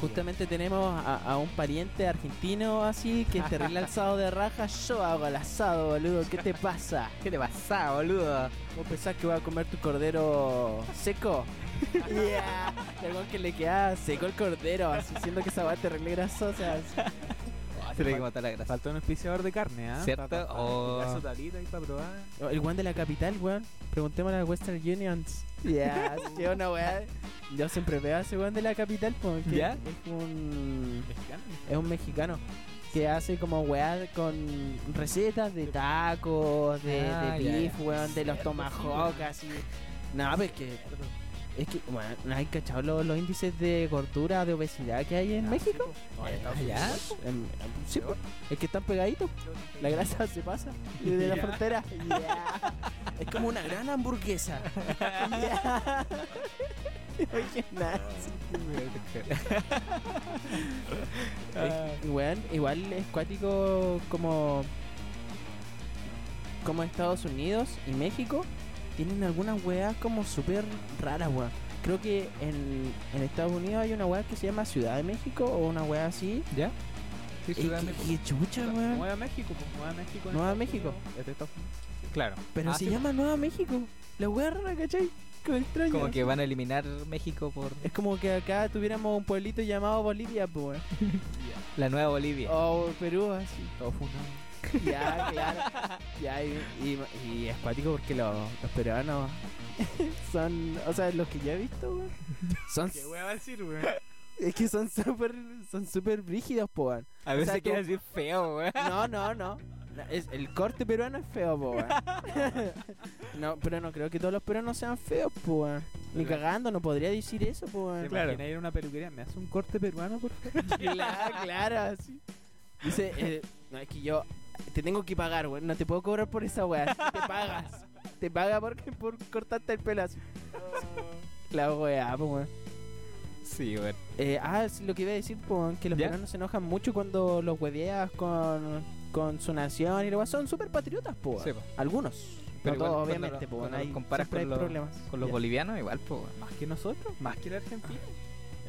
[SPEAKER 2] Justamente tenemos a, a un pariente argentino así que es terrible alzado de raja. Yo hago el asado, boludo. ¿Qué te pasa?
[SPEAKER 1] ¿Qué te pasa, boludo?
[SPEAKER 2] ¿Vos pensás que voy a comer tu cordero seco? Yeah. Y al weón que le queda seco el cordero, así siendo que esa va terrible grasosa. así.
[SPEAKER 1] Se le matar la grasa.
[SPEAKER 3] Falta un auspiciador de carne, ¿ah?
[SPEAKER 1] ¿Cierto?
[SPEAKER 3] Pa- pa- pa-
[SPEAKER 1] Oh.
[SPEAKER 3] picar su tablita ahí para probar.
[SPEAKER 2] Oh, El weón de la capital, weón. Preguntémosle a Western Unions. Ya, sí, una weá. Yo siempre veo a ese weón de la capital, porque
[SPEAKER 1] ¿Ya?
[SPEAKER 2] es un.
[SPEAKER 3] Mexicano.
[SPEAKER 2] Es un mexicano que hace como weá con recetas de tacos, de, de
[SPEAKER 1] Ah, ya,
[SPEAKER 2] beef,
[SPEAKER 1] ya.
[SPEAKER 2] weón, de los
[SPEAKER 1] Cierto, sí,
[SPEAKER 2] tomahawks, así. No, pues que. Es que, bueno, ¿no hay cachado los, los índices de gordura, de obesidad que hay en México?
[SPEAKER 1] ¿Ya?
[SPEAKER 2] En- sí, pues, es que están pegaditos. La grasa se pasa desde la
[SPEAKER 3] Ya.
[SPEAKER 2] frontera. Es como una gran hamburguesa. Ya. Oye, nada.
[SPEAKER 1] Ah.
[SPEAKER 2] Es- weón, igual es cuático como como Estados Unidos y México tienen algunas weas como súper raras, weón. Creo que en, en Estados Unidos hay una wea que se llama Ciudad de México o una wea así.
[SPEAKER 1] ¿Ya? Sí,
[SPEAKER 2] Y
[SPEAKER 1] Ciudad de
[SPEAKER 2] que-
[SPEAKER 1] México.
[SPEAKER 2] que chucha, weón.
[SPEAKER 3] Nueva México, pues Nueva México. en
[SPEAKER 2] Nueva
[SPEAKER 3] Estados
[SPEAKER 2] México.
[SPEAKER 3] Unidos. Es de Estados Unidos.
[SPEAKER 1] Claro.
[SPEAKER 2] Pero
[SPEAKER 1] Ah,
[SPEAKER 2] se
[SPEAKER 1] sí,
[SPEAKER 2] llama Nueva México. La wea rara, ¿cachai? Como extraño.
[SPEAKER 1] Como que van a eliminar México por
[SPEAKER 2] Es como que acá tuviéramos un pueblito llamado Bolivia, pues. weón.
[SPEAKER 1] la nueva Bolivia.
[SPEAKER 2] O Perú, así.
[SPEAKER 3] Todo funado.
[SPEAKER 2] Ya, claro. Ya, y, y, y es cuático porque los, los peruanos son. O sea, los que yo he visto, weón. Son.
[SPEAKER 3] va a decir, weón?
[SPEAKER 2] Es que son súper. Son súper rígidos, po, weón.
[SPEAKER 1] a
[SPEAKER 2] o
[SPEAKER 1] veces
[SPEAKER 2] sea,
[SPEAKER 1] quiere
[SPEAKER 2] tú-
[SPEAKER 1] decir feo, weón.
[SPEAKER 2] No, no, no. La- es- el corte peruano es feo, po, weón. No, pero no creo que todos los peruanos sean feos, po, weón. Ni cagando, no podría decir eso, po, weón.
[SPEAKER 1] Claro.
[SPEAKER 3] Claro. ir a una peluquería, me hace un corte peruano, por favor.
[SPEAKER 2] Claro, claro, así. Dice, eh, no, es que yo te tengo que pagar, güey. No te puedo cobrar por esa weá. así que Te pagas. Te paga porque por cortarte el pelo así. La weá, pues, weón.
[SPEAKER 1] Sí, weón.
[SPEAKER 2] Eh, ah, sí, lo que iba a decir, pues, weón, que los
[SPEAKER 1] ¿Ya?
[SPEAKER 2] peruanos se enojan mucho cuando los hueveas con, con su nación y lo weá. Son súper patriotas, pues.
[SPEAKER 1] Sí, po.
[SPEAKER 2] Algunos.
[SPEAKER 1] Pero
[SPEAKER 2] Pero
[SPEAKER 1] igual,
[SPEAKER 2] todos,
[SPEAKER 1] cuando
[SPEAKER 2] obviamente,
[SPEAKER 1] lo-
[SPEAKER 2] pues.
[SPEAKER 1] cuando
[SPEAKER 2] hay-
[SPEAKER 1] lo comparas
[SPEAKER 2] siempre
[SPEAKER 1] con
[SPEAKER 2] hay
[SPEAKER 1] los-
[SPEAKER 2] problemas.
[SPEAKER 1] Con los
[SPEAKER 2] Ya.
[SPEAKER 1] bolivianos igual, pues, weón.
[SPEAKER 3] Más que nosotros, más que la Argentina.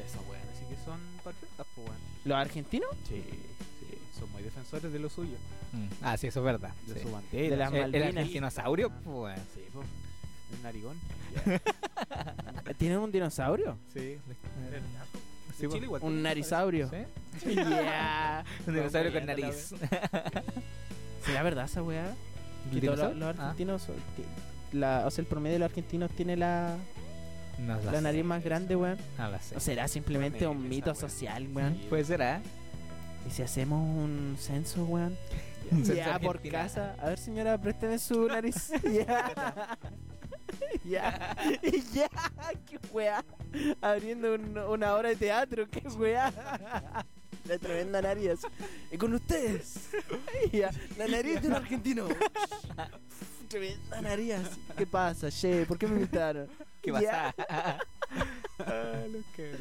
[SPEAKER 3] Esos weón, así que son patriotas, pues weón.
[SPEAKER 2] ¿Los argentinos?
[SPEAKER 3] Sí, sí, son muy defensores de lo suyo,
[SPEAKER 1] Mm. Ah, sí, eso es verdad.
[SPEAKER 3] de
[SPEAKER 1] sí.
[SPEAKER 3] su bandera.
[SPEAKER 2] De las
[SPEAKER 1] El- El,
[SPEAKER 2] Malvinas.
[SPEAKER 1] argentinosaurio, pues, weón.
[SPEAKER 3] Sí, pues. El narigón.
[SPEAKER 2] ¿Tienen un dinosaurio?
[SPEAKER 3] Sí. pues.
[SPEAKER 1] Sí, po.
[SPEAKER 3] igual. ¿eh?
[SPEAKER 2] Un narizaurio.
[SPEAKER 1] ¿Sí?
[SPEAKER 2] Ya.
[SPEAKER 1] Un dinosaurio con
[SPEAKER 3] Vamos, ya,
[SPEAKER 1] nariz.
[SPEAKER 2] ¿Será verdad esa weá?
[SPEAKER 1] ¿Un
[SPEAKER 2] Que todos
[SPEAKER 1] dinosaurio?
[SPEAKER 2] los,
[SPEAKER 1] Ah,
[SPEAKER 2] los argentinos, son- ti- la, o sea, el promedio de los argentinos tiene la,
[SPEAKER 1] No
[SPEAKER 2] la nariz más grande, weón.
[SPEAKER 1] No la sé.
[SPEAKER 2] ¿O será simplemente
[SPEAKER 3] Promedio
[SPEAKER 2] un
[SPEAKER 3] esa
[SPEAKER 2] mito
[SPEAKER 3] weá.
[SPEAKER 2] social, weón?
[SPEAKER 3] Sí,
[SPEAKER 1] Puede ser, ¿ah?
[SPEAKER 2] ¿Y si hacemos un censo, weón?
[SPEAKER 1] Un censo
[SPEAKER 2] Ya, por
[SPEAKER 1] argentino.
[SPEAKER 2] casa. A ver, señora, présteme su nariz. Ya. Ya. Ya. Qué weá. Abriendo un- una obra de teatro. Qué weá. La tremenda nariz. Y con ustedes. Ya, La nariz de un argentino. Tremenda nariz. ¿Qué pasa, che? ¿Por qué me invitaron?
[SPEAKER 1] ¿Qué
[SPEAKER 2] Ya.
[SPEAKER 1] pasa?
[SPEAKER 3] Ah, los cabros.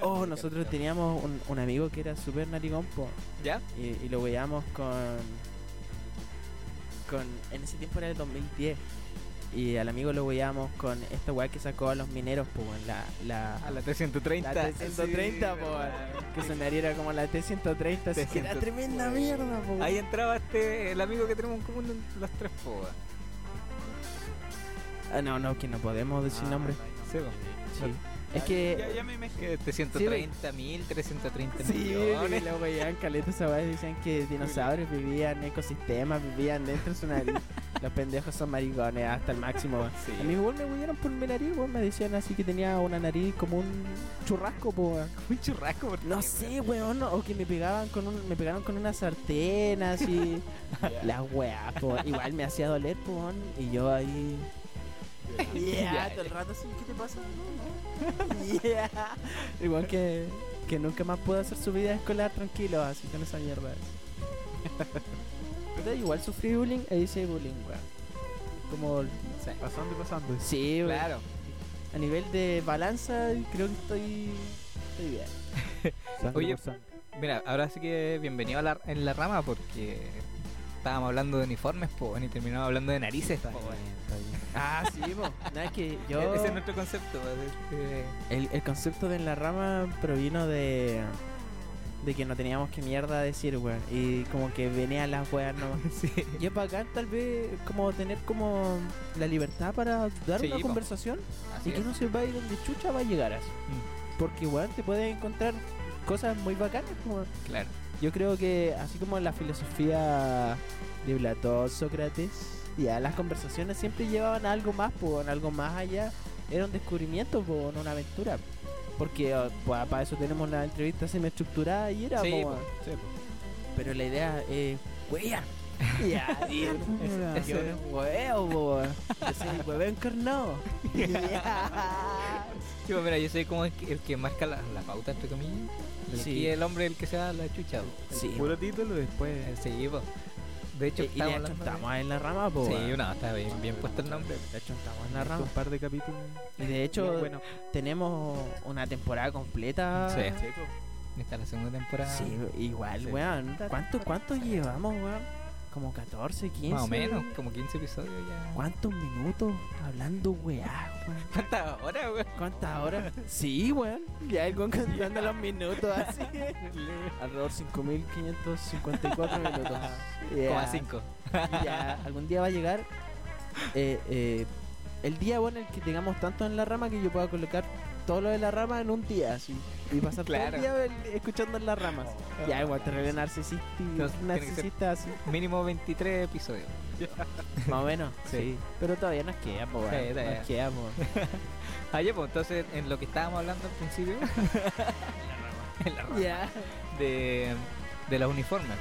[SPEAKER 2] Oh, nosotros teníamos un, un amigo que era súper narigón, po.
[SPEAKER 1] ¿Ya?
[SPEAKER 2] Y, y lo veíamos con. con. En ese tiempo era el 2010. Y al amigo lo veíamos con esta weá que sacó a los mineros, po, weón, la. la
[SPEAKER 1] A la 330.
[SPEAKER 2] la T-130, po, weón, que sonaría era como la T-130, así que era
[SPEAKER 1] T-130.
[SPEAKER 2] tremenda mierda, po.
[SPEAKER 1] Ahí entraba este, el amigo que tenemos en común, los tres, po, weón.
[SPEAKER 2] Ah, no, no, que no podemos decir
[SPEAKER 3] Ah,
[SPEAKER 2] nombre.
[SPEAKER 3] no hay nombre.
[SPEAKER 1] Sí, po.
[SPEAKER 2] Sí. pues. Es que.
[SPEAKER 3] Ya, ya me imagino.
[SPEAKER 1] Que 330 este mil, 330
[SPEAKER 2] Sí,
[SPEAKER 1] millones.
[SPEAKER 2] lo veían caleta esa weá y decían que dinosaurios vivían en ecosistemas, vivían dentro de su nariz. Los pendejos son maricones hasta el máximo. weón.
[SPEAKER 1] Sí.
[SPEAKER 2] A mí igual me huyeron por mi nariz, weón, me decían así que tenía una nariz como un churrasco, po. weón.
[SPEAKER 1] Un churrasco, ¿por
[SPEAKER 2] No
[SPEAKER 1] qué,
[SPEAKER 2] sé,
[SPEAKER 1] weón?
[SPEAKER 2] weón, o que me pegaban con un, me pegaron con una sartén así. La weá, po. Igual me hacía doler, po, weón, y yo ahí.
[SPEAKER 1] Ya,
[SPEAKER 2] todo el rato así, ¿qué te pasa? Yeah. Igual que, que nunca más pudo hacer su vida escolar tranquilo, así con esa mierda. Pero igual sufrí bullying e hice bullying, weón. Como,
[SPEAKER 1] Sí.
[SPEAKER 3] Pasando y pasando.
[SPEAKER 2] sí, weón.
[SPEAKER 1] Claro.
[SPEAKER 2] A nivel de balanza, creo que estoy. Estoy bien.
[SPEAKER 3] Sangre
[SPEAKER 1] Oye,
[SPEAKER 3] por sangre.
[SPEAKER 1] Mira, ahora sí que bienvenido a la, en la rama porque estábamos hablando de uniformes, po, weón, y terminamos hablando de narices, po,
[SPEAKER 3] Está
[SPEAKER 1] pues, weón.
[SPEAKER 3] bien, está bien.
[SPEAKER 2] Ah, sí, po. Nada, es que yo.
[SPEAKER 1] E- Ese es nuestro concepto. weón, de- de-
[SPEAKER 2] El, el concepto de en la rama provino de. de que no teníamos que mierda decir, weón. Y como que venía las weas nomás.
[SPEAKER 1] Sí.
[SPEAKER 2] Y es bacán tal vez como tener como la libertad para dar
[SPEAKER 1] Sí,
[SPEAKER 2] una
[SPEAKER 1] po.
[SPEAKER 2] conversación
[SPEAKER 1] Así
[SPEAKER 2] y que
[SPEAKER 1] es.
[SPEAKER 2] no se va y donde chucha va a llegar así. Porque weón te puedes encontrar cosas muy bacanas como
[SPEAKER 1] Claro.
[SPEAKER 2] yo creo que así como la filosofía de Platón, Sócrates, ya las conversaciones siempre llevaban a algo más, po, en algo más allá. Era un descubrimiento, po, en una aventura. Porque para eso tenemos la entrevista semiestructurada y era,
[SPEAKER 1] Sí,
[SPEAKER 2] po,
[SPEAKER 1] po.
[SPEAKER 3] Sí, pues. po.
[SPEAKER 2] pero la idea es huevear. Ya, tío.
[SPEAKER 1] Ese- ese-
[SPEAKER 2] Yo hueveo, po. Yo soy hueveo encarnado. Ya.
[SPEAKER 1] Sí, pues mira, yo soy como el que, el que marca la, la pauta, entre comillas. Y
[SPEAKER 2] Sí.
[SPEAKER 1] aquí el hombre es el que se da la chucha. po.
[SPEAKER 2] Sí. pues.
[SPEAKER 3] Puro título después.
[SPEAKER 1] El seguido. De hecho,
[SPEAKER 2] Eh, y de
[SPEAKER 1] estamos
[SPEAKER 2] hecho
[SPEAKER 1] hablando de-
[SPEAKER 2] estamos en la rama, po. weón.
[SPEAKER 1] Sí, no, está bien, bien puesto el nombre.
[SPEAKER 2] De hecho estamos en la rama.
[SPEAKER 3] Un par de capítulos.
[SPEAKER 2] Y de hecho
[SPEAKER 3] Pero bueno,
[SPEAKER 2] tenemos una temporada completa.
[SPEAKER 1] Sí.
[SPEAKER 3] seco.
[SPEAKER 1] Está la segunda temporada.
[SPEAKER 2] Sí, igual,
[SPEAKER 3] Sí.
[SPEAKER 2] weón. ¿Cuánto, ¿Cuánto llevamos, weón? Como 14, 15.
[SPEAKER 1] Más o menos,
[SPEAKER 2] weón.
[SPEAKER 1] como 15 episodios ya.
[SPEAKER 2] ¿Cuántos minutos hablando, weá, weón?
[SPEAKER 1] ¿Cuántas horas, weón?
[SPEAKER 2] ¿Cuántas horas? Sí, weón. Ya algo contando los minutos así. Alrededor 5.554 minutos. Ya.
[SPEAKER 1] Como a 5.
[SPEAKER 2] Ya, algún día va a llegar eh, eh, el día bueno en el que tengamos tanto en la rama que yo pueda colocar todo lo de la rama en un día así y pasar
[SPEAKER 1] Claro. Ah.
[SPEAKER 2] todo el día el- escuchando en las ramas. ya, igual, terrible narcisista, y-
[SPEAKER 1] Entonces, tiene que ser-
[SPEAKER 2] narcisista así.
[SPEAKER 1] Mínimo 23 episodios.
[SPEAKER 2] Más o menos,
[SPEAKER 1] Sí.
[SPEAKER 2] sí. Pero todavía nos queda, po,
[SPEAKER 1] Sí,
[SPEAKER 2] weón,
[SPEAKER 1] todavía.
[SPEAKER 2] Nos queda, po.
[SPEAKER 1] Ayer, pues entonces, en lo que estábamos hablando al principio. en la rama.
[SPEAKER 2] Ya.
[SPEAKER 1] de, de los uniformes.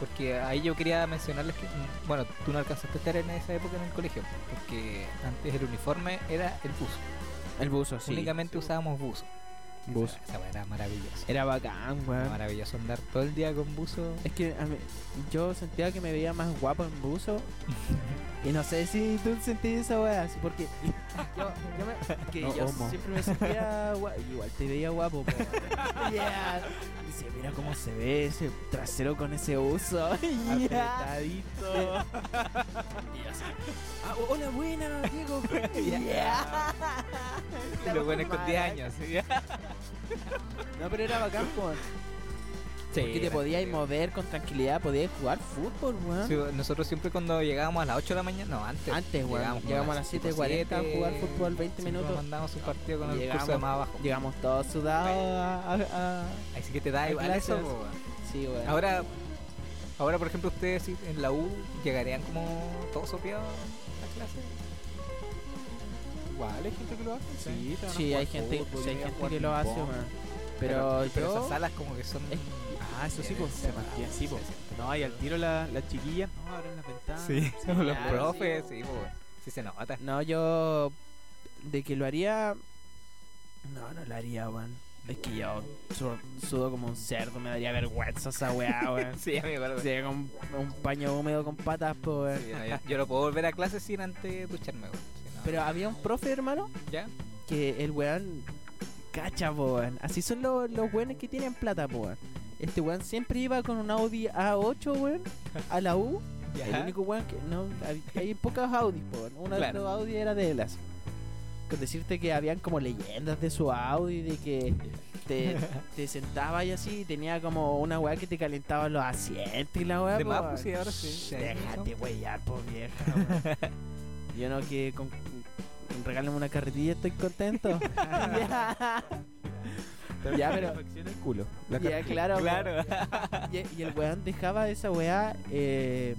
[SPEAKER 1] Porque ahí yo quería mencionarles que, mm, bueno, tú no alcanzaste a estar en esa época en el colegio, porque antes el uniforme era el buzo.
[SPEAKER 2] El buzo, sí.
[SPEAKER 1] Únicamente
[SPEAKER 3] sí.
[SPEAKER 1] usábamos buzo.
[SPEAKER 2] Buzo.
[SPEAKER 1] Esa, esa weá era maravilloso.
[SPEAKER 2] Era bacán,
[SPEAKER 1] Era
[SPEAKER 2] weón.
[SPEAKER 1] maravilloso andar todo el día con buzo.
[SPEAKER 2] Es que a mí- yo sentía que me veía más guapo en buzo. y no sé si tú sentís esa weá, así, porque yo, yo me- que
[SPEAKER 3] No,
[SPEAKER 2] yo
[SPEAKER 3] homo.
[SPEAKER 2] siempre me sentía guapo. Igual te veía guapo, po. Yeah. Dice, mira cómo se ve ese trasero con ese buzo. Yeah.
[SPEAKER 3] Apretadito.
[SPEAKER 2] Y yo así, "Ah, hola, buena, Diego.
[SPEAKER 1] Ya.
[SPEAKER 2] Yeah.
[SPEAKER 1] Y lo bueno es con 10 años. ¿sí?
[SPEAKER 2] No, pero era bacán, po. Porque te
[SPEAKER 1] era
[SPEAKER 2] podías
[SPEAKER 1] terrible.
[SPEAKER 2] mover con tranquilidad, podías jugar fútbol, weón.
[SPEAKER 1] Sí, nosotros siempre cuando llegábamos a las 8 de la mañana, no, antes.
[SPEAKER 2] Ah. Antes, weón.
[SPEAKER 1] Llegábamos como
[SPEAKER 2] Llegamos a las
[SPEAKER 1] tipo
[SPEAKER 2] 7:40 a jugar
[SPEAKER 1] siete,
[SPEAKER 2] fútbol 20
[SPEAKER 1] siempre
[SPEAKER 2] minutos.
[SPEAKER 1] mandábamos un partido con el curso de
[SPEAKER 2] Llegamos.
[SPEAKER 1] más abajo.
[SPEAKER 2] Llegamos todos sudados a, a- a-
[SPEAKER 1] Así que te da
[SPEAKER 2] Hay
[SPEAKER 1] igual eso,
[SPEAKER 2] clases.
[SPEAKER 1] po, weón.
[SPEAKER 2] Sí, weón.
[SPEAKER 1] Ahora, ahora por ejemplo, ustedes sí, en la U llegarían como todos sopeados a clase.
[SPEAKER 3] Igual hay gente que lo hace.
[SPEAKER 2] Sí,
[SPEAKER 3] te van a
[SPEAKER 2] sí,
[SPEAKER 3] jugar
[SPEAKER 2] hay gente,
[SPEAKER 3] fútbol,
[SPEAKER 2] sí, hay
[SPEAKER 3] te van a
[SPEAKER 2] gente
[SPEAKER 3] jugar
[SPEAKER 2] que lo hace,
[SPEAKER 3] ping-pong.
[SPEAKER 2] weón. Pero,
[SPEAKER 1] pero
[SPEAKER 2] yo...
[SPEAKER 1] esas salas como que son.
[SPEAKER 2] Es-
[SPEAKER 3] Ah, eso sí,
[SPEAKER 1] Eh,
[SPEAKER 3] pues
[SPEAKER 1] se
[SPEAKER 3] se mantiene así, pues. No, y al tiro la, la chiquilla. Ah, No, abren las ventanas.
[SPEAKER 1] los
[SPEAKER 2] claro,
[SPEAKER 1] profes,
[SPEAKER 2] sí,
[SPEAKER 1] sí, po, weón. sí se nota.
[SPEAKER 2] No, yo... De que lo haría... No, no lo haría, weón. Es que yo su- sudo como un cerdo, me daría vergüenza esa weá, weón.
[SPEAKER 1] Sí, amigo, claro,
[SPEAKER 2] Sería con un paño húmedo con patas, po, weón.
[SPEAKER 1] sí, no, yo, yo no puedo volver a clase sin antes ducharme, weón. Sí, no.
[SPEAKER 2] Pero había un profe, hermano,
[SPEAKER 1] ¿Ya?
[SPEAKER 2] que el weón cacha, po, weón. Así son los, los weones que tienen plata, po, weón. Este weón siempre iba con un Audi A8, weón, a la U.
[SPEAKER 1] ¿Ya?
[SPEAKER 2] El único weón que. No, hay, hay pocos Audis, po, weón. Uno
[SPEAKER 1] Claro.
[SPEAKER 2] de los Audi era de las. Con decirte que habían como leyendas de su Audi, de que te, te sentabas y así, y tenía como una weá que te calentaba los asientos y la weá.
[SPEAKER 1] De
[SPEAKER 2] po,
[SPEAKER 1] más,
[SPEAKER 2] weón.
[SPEAKER 1] pues sí, ahora sí. sí, ahí mismo.
[SPEAKER 2] Déjate huellar, po vieja. weón. Yo no que con, con- regálame una carretilla estoy contento. ya,
[SPEAKER 3] Te
[SPEAKER 2] Ya,
[SPEAKER 3] abren
[SPEAKER 2] pero-
[SPEAKER 3] la facción el culo. La
[SPEAKER 2] ya,
[SPEAKER 3] cartilla.
[SPEAKER 2] claro. po.
[SPEAKER 1] Claro.
[SPEAKER 2] Y, y el weón dejaba esa weá, eh,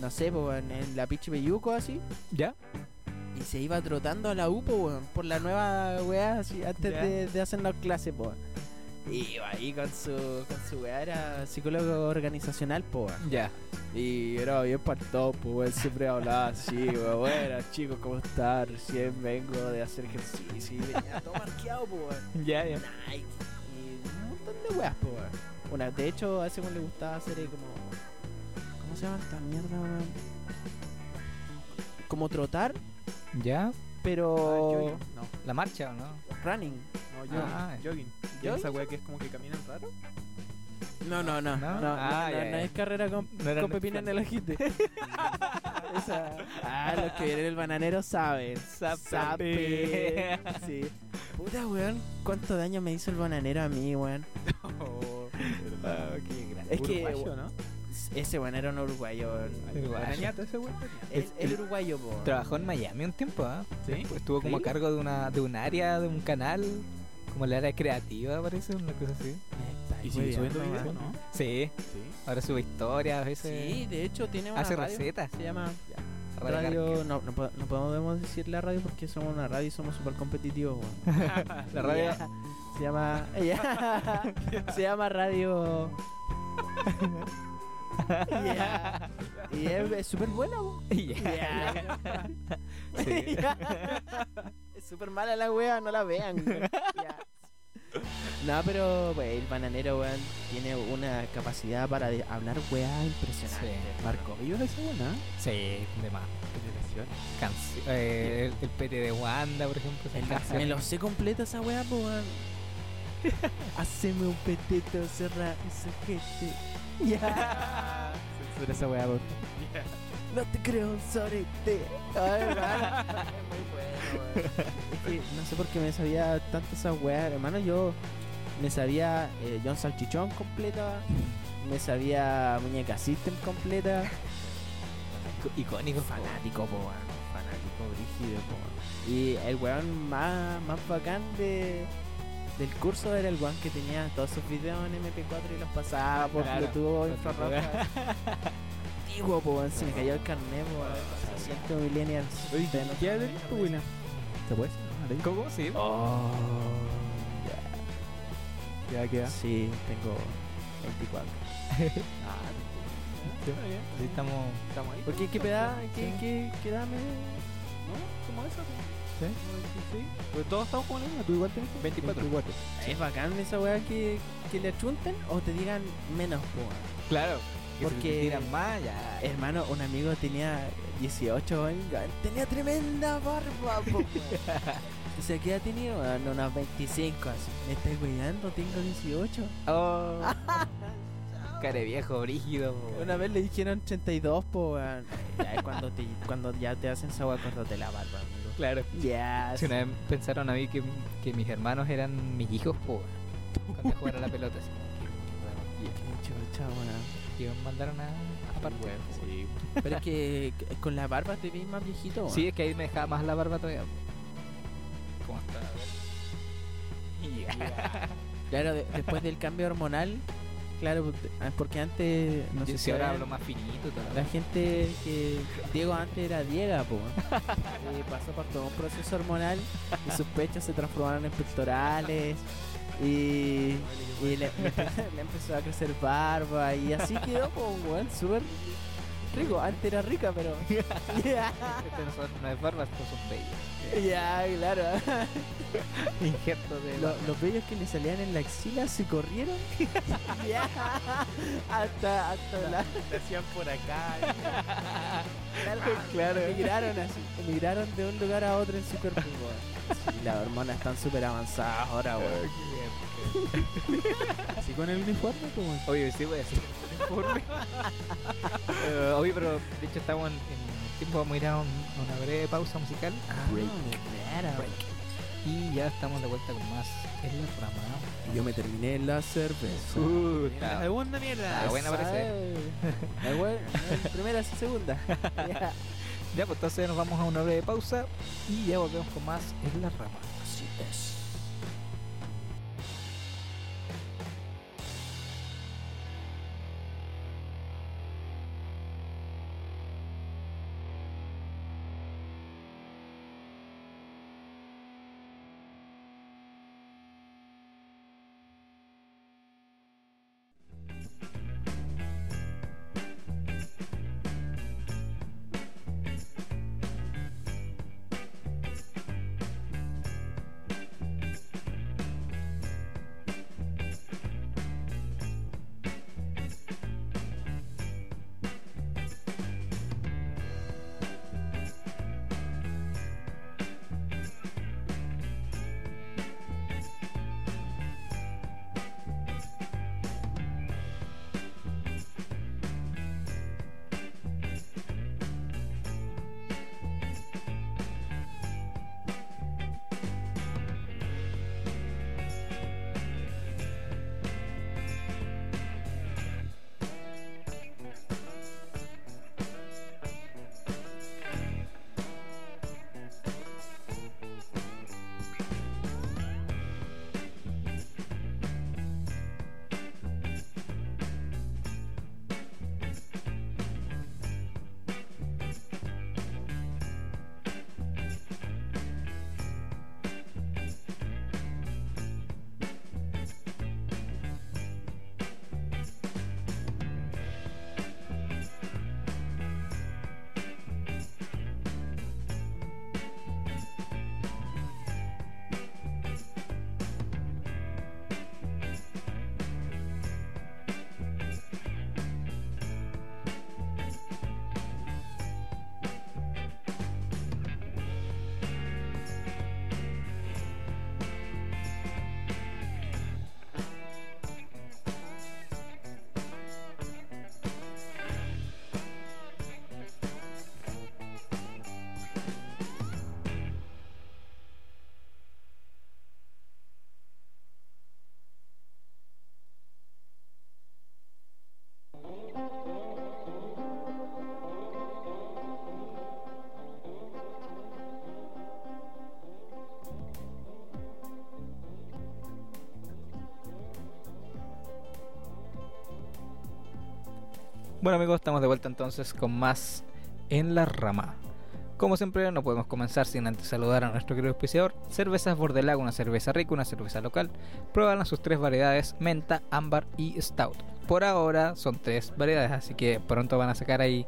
[SPEAKER 2] no sé, po, en, en la pinche Peyuco así.
[SPEAKER 1] ¿Ya?
[SPEAKER 2] Y se iba trotando a la UPO, weón, por la nueva weá, así, antes
[SPEAKER 1] Ya.
[SPEAKER 2] de, de hacernos clases, po. Iba ahí con su, con su weá, era psicólogo organizacional, po, weón.
[SPEAKER 1] Ya.
[SPEAKER 2] Y era bien partado, pues, weón, siempre hablaba así, weón. Bueno, chicos, ¿cómo están? Recién vengo de hacer ejercicio y venía todo marqueado, pues, weón.
[SPEAKER 1] Ya, ya.
[SPEAKER 2] Nike y un montón de weas, pues, weón. Una, de hecho, a ese weón le gustaba hacer eh, como. ¿Cómo se llama esta mierda, weón? Como trotar,
[SPEAKER 1] ¿Ya?
[SPEAKER 3] Ah,
[SPEAKER 2] pero.
[SPEAKER 3] jogging. No,
[SPEAKER 1] ¿La marcha o no?
[SPEAKER 2] running.
[SPEAKER 3] no, jogging.
[SPEAKER 1] Ah,
[SPEAKER 3] jogging. ¿Ya
[SPEAKER 2] ¿Jogging?
[SPEAKER 3] esa weá que es como que caminan raro?
[SPEAKER 2] No, no, no. No, no,
[SPEAKER 1] Ah,
[SPEAKER 2] no,
[SPEAKER 1] ya,
[SPEAKER 2] no
[SPEAKER 1] ya.
[SPEAKER 2] es carrera con,
[SPEAKER 1] No era
[SPEAKER 2] con
[SPEAKER 1] un
[SPEAKER 2] pepino en el ojite. Esa- Ah, los que vienen el bananero saben.
[SPEAKER 1] Sape.
[SPEAKER 2] Sape. Sí. Puta, weón. ¿Cuánto daño me hizo el bananero a mí, weón?
[SPEAKER 1] Ah, qué grande.
[SPEAKER 2] Es que-
[SPEAKER 3] Uruguayo, ¿no?
[SPEAKER 2] Ese weón era un uruguayo, weón.
[SPEAKER 1] Uruguayo.
[SPEAKER 3] Arañato ese weón.
[SPEAKER 2] El,
[SPEAKER 1] Es-
[SPEAKER 2] el
[SPEAKER 1] el-
[SPEAKER 2] uruguayo, po.
[SPEAKER 1] Trabajó en Miami un tiempo, ¿ah?
[SPEAKER 3] Sí.
[SPEAKER 1] Estuvo como a
[SPEAKER 3] Sí.
[SPEAKER 1] cargo de una de un área, de un canal, como el área creativa, parece, una cosa así.
[SPEAKER 3] Y sigue subiendo videos,
[SPEAKER 2] weón.
[SPEAKER 3] ¿no?
[SPEAKER 1] Sí,
[SPEAKER 3] Sí.
[SPEAKER 1] ahora sube historias a veces.
[SPEAKER 2] Sí, de hecho tiene una
[SPEAKER 1] hace
[SPEAKER 2] radio.
[SPEAKER 1] recetas.
[SPEAKER 2] Se llama
[SPEAKER 1] Radio
[SPEAKER 2] Radio. No, no, po- no podemos decir la radio porque somos una radio y somos súper competitivos, weón.
[SPEAKER 1] La radio.
[SPEAKER 2] Ya. Se llama. ya. Se llama Radio. Ya. Y es- es súper buena, bo.
[SPEAKER 1] Ya.
[SPEAKER 2] Ya.
[SPEAKER 1] Sí.
[SPEAKER 2] Ya. Es súper mala la wea, no la vean, weón. Ya. No, pero wey, el bananero, weón, tiene una capacidad para de- hablar weá impresionante.
[SPEAKER 1] Sí.
[SPEAKER 3] Marco, yo esa buena.
[SPEAKER 1] Sí, de más.
[SPEAKER 3] Generación.
[SPEAKER 1] Cancio- eh, el, el PT de Wanda, por ejemplo. esas
[SPEAKER 2] Me
[SPEAKER 1] canciones.
[SPEAKER 2] lo sé completa esa weá, po, weón. Haceme un petito, cerra ese gente. Ya.
[SPEAKER 3] Sobre esa weá, por
[SPEAKER 2] No te creo, sorete. Ay, hermano. Es muy bueno, weón. Es que no sé por qué me sabía tanto esa weá, hermano. Yo me sabía eh, John Salchichón completa. Me sabía Muñeca System completa.
[SPEAKER 1] Ico- icónico.
[SPEAKER 2] Fanático, po, weón. Fanático, brígido, po. weón. Y el weón más, más bacán de, del curso era el weón que tenía todos sus videos en MP4 y los pasaba por
[SPEAKER 1] Ah, Claro,
[SPEAKER 2] Bluetooth,
[SPEAKER 1] por
[SPEAKER 2] infrarroja. Antiguo, po, weón. Se me cayó el carnet, po, weón. Lo Siento, millennials. Ustedes no
[SPEAKER 3] ¿Qué
[SPEAKER 2] saben
[SPEAKER 3] edad tenés,
[SPEAKER 2] mierda
[SPEAKER 3] tú,
[SPEAKER 2] de
[SPEAKER 3] William? ¿Te puedes?
[SPEAKER 1] ¿Cómo? Sí.
[SPEAKER 2] Oh,
[SPEAKER 3] Ya queda.
[SPEAKER 2] ya. Sí, tengo 24.
[SPEAKER 1] Sí, estamos.
[SPEAKER 3] Estamos ahí.
[SPEAKER 2] ¿Por qué? ¿Qué edad? ¿Qué,
[SPEAKER 1] Sí.
[SPEAKER 2] qué, qué edad me...?
[SPEAKER 3] No, como esa.
[SPEAKER 1] ¿Sí?
[SPEAKER 3] Sí. Pues todos estamos con la misma. Tú igual tenés
[SPEAKER 1] 24.
[SPEAKER 2] ¿Es bacán esa weá que, que le achunten o te digan menos, po, weón?
[SPEAKER 1] Claro.
[SPEAKER 2] Porque-
[SPEAKER 1] Porque tiran más, ya.
[SPEAKER 2] Hermano, un amigo tenía 18 años, tenía tremenda barba, po, weón. O sea, ¿qué edad tenía? Bueno, unos 25 así. Me estás weyando, tengo 18.
[SPEAKER 1] Oh. Care viejo, brígido. po.
[SPEAKER 2] Una vez le dijeron 32, po, weón. Ya es cuando, te, cuando ya te hacen esa weá, córtate la barba, amigo.
[SPEAKER 1] Claro.
[SPEAKER 2] Ya,
[SPEAKER 1] Si una vez pensaron a mí que, que mis hermanos eran mis hijos, po, cuando jugaron a la pelota. Así como que,
[SPEAKER 2] Qué chucha, weón.
[SPEAKER 1] y me mandaron a, a partir.
[SPEAKER 3] Sí.
[SPEAKER 2] Pero es que c- con la barba te ves más viejito, weón.
[SPEAKER 1] Sí, es que ahí me dejaba más la barba todavía. ¿Cómo está?
[SPEAKER 2] Claro, de- después del cambio hormonal, claro, porque antes, no sé
[SPEAKER 1] si ahora
[SPEAKER 2] saben-
[SPEAKER 1] hablo más finito. toda la
[SPEAKER 2] La
[SPEAKER 1] wea.
[SPEAKER 2] gente que Diego antes era Diega, po. Eh, pasó por todo un proceso hormonal y sus pechos se transformaron en pectorales y, y le, le empezó a crecer barba y así quedó, po, weón, súper rico. Antes era rica, pero. Ya,
[SPEAKER 1] Estas son- Este no es barba, estos son bellos.
[SPEAKER 2] claro.
[SPEAKER 1] Injertos de.
[SPEAKER 2] Lo-
[SPEAKER 1] barba.
[SPEAKER 2] los vellos que le salían en la axila se corrieron. Ya, hasta, hasta la.
[SPEAKER 3] hacían por acá.
[SPEAKER 2] Claro, emigraron así, emigraron de un lugar a otro en su cuerpo. weón. Sí, las hormonas están súper avanzadas ahora, weón.
[SPEAKER 3] Así con el uniforme, como.
[SPEAKER 1] Oye, sí, voy a hacer un informe. Eh, oye, pero de hecho estamos en, en tiempo, vamos a ir a un- a una breve pausa musical.
[SPEAKER 2] Ah, Claro.
[SPEAKER 1] Y ya estamos de vuelta con más. Es la programa.
[SPEAKER 2] Y Yo me terminé la cerveza.
[SPEAKER 1] Uh,
[SPEAKER 3] La
[SPEAKER 1] está
[SPEAKER 3] segunda mierda.
[SPEAKER 1] Ah, buena parece.
[SPEAKER 2] La weón, la primera sí, segunda. Ya.
[SPEAKER 1] Ya, pues entonces nos vamos a una breve pausa y ya volvemos con más en la rama.
[SPEAKER 2] Así es.
[SPEAKER 1] Bueno amigos, estamos de vuelta entonces con más en la rama. Como siempre, no podemos comenzar sin antes saludar a nuestro querido auspiciador. Cervezas Bordelago, una cerveza rica, una cerveza local. Prueban sus tres variedades, menta, ámbar y stout. Por ahora son tres variedades, así que pronto van a sacar ahí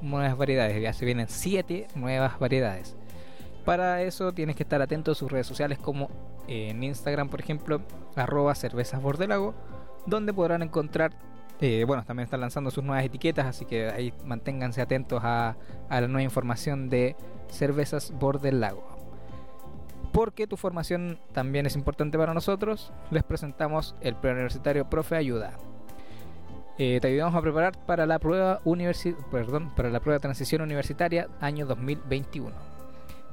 [SPEAKER 1] nuevas variedades. Ya se vienen siete nuevas variedades. Para eso tienes que estar atento a sus redes sociales como eh, en Instagram, por ejemplo, arroba cervezas Bordelago, donde podrán encontrar, eh, bueno, también están lanzando sus nuevas etiquetas, así que ahí manténganse atentos a, a la nueva información de cervezas Bordelago. Porque tu formación también es importante para nosotros, les presentamos el preuniversitario Profe Ayuda. Eh, te ayudamos a preparar para la prueba universi- perdón, para la prueba de transición universitaria año 2021.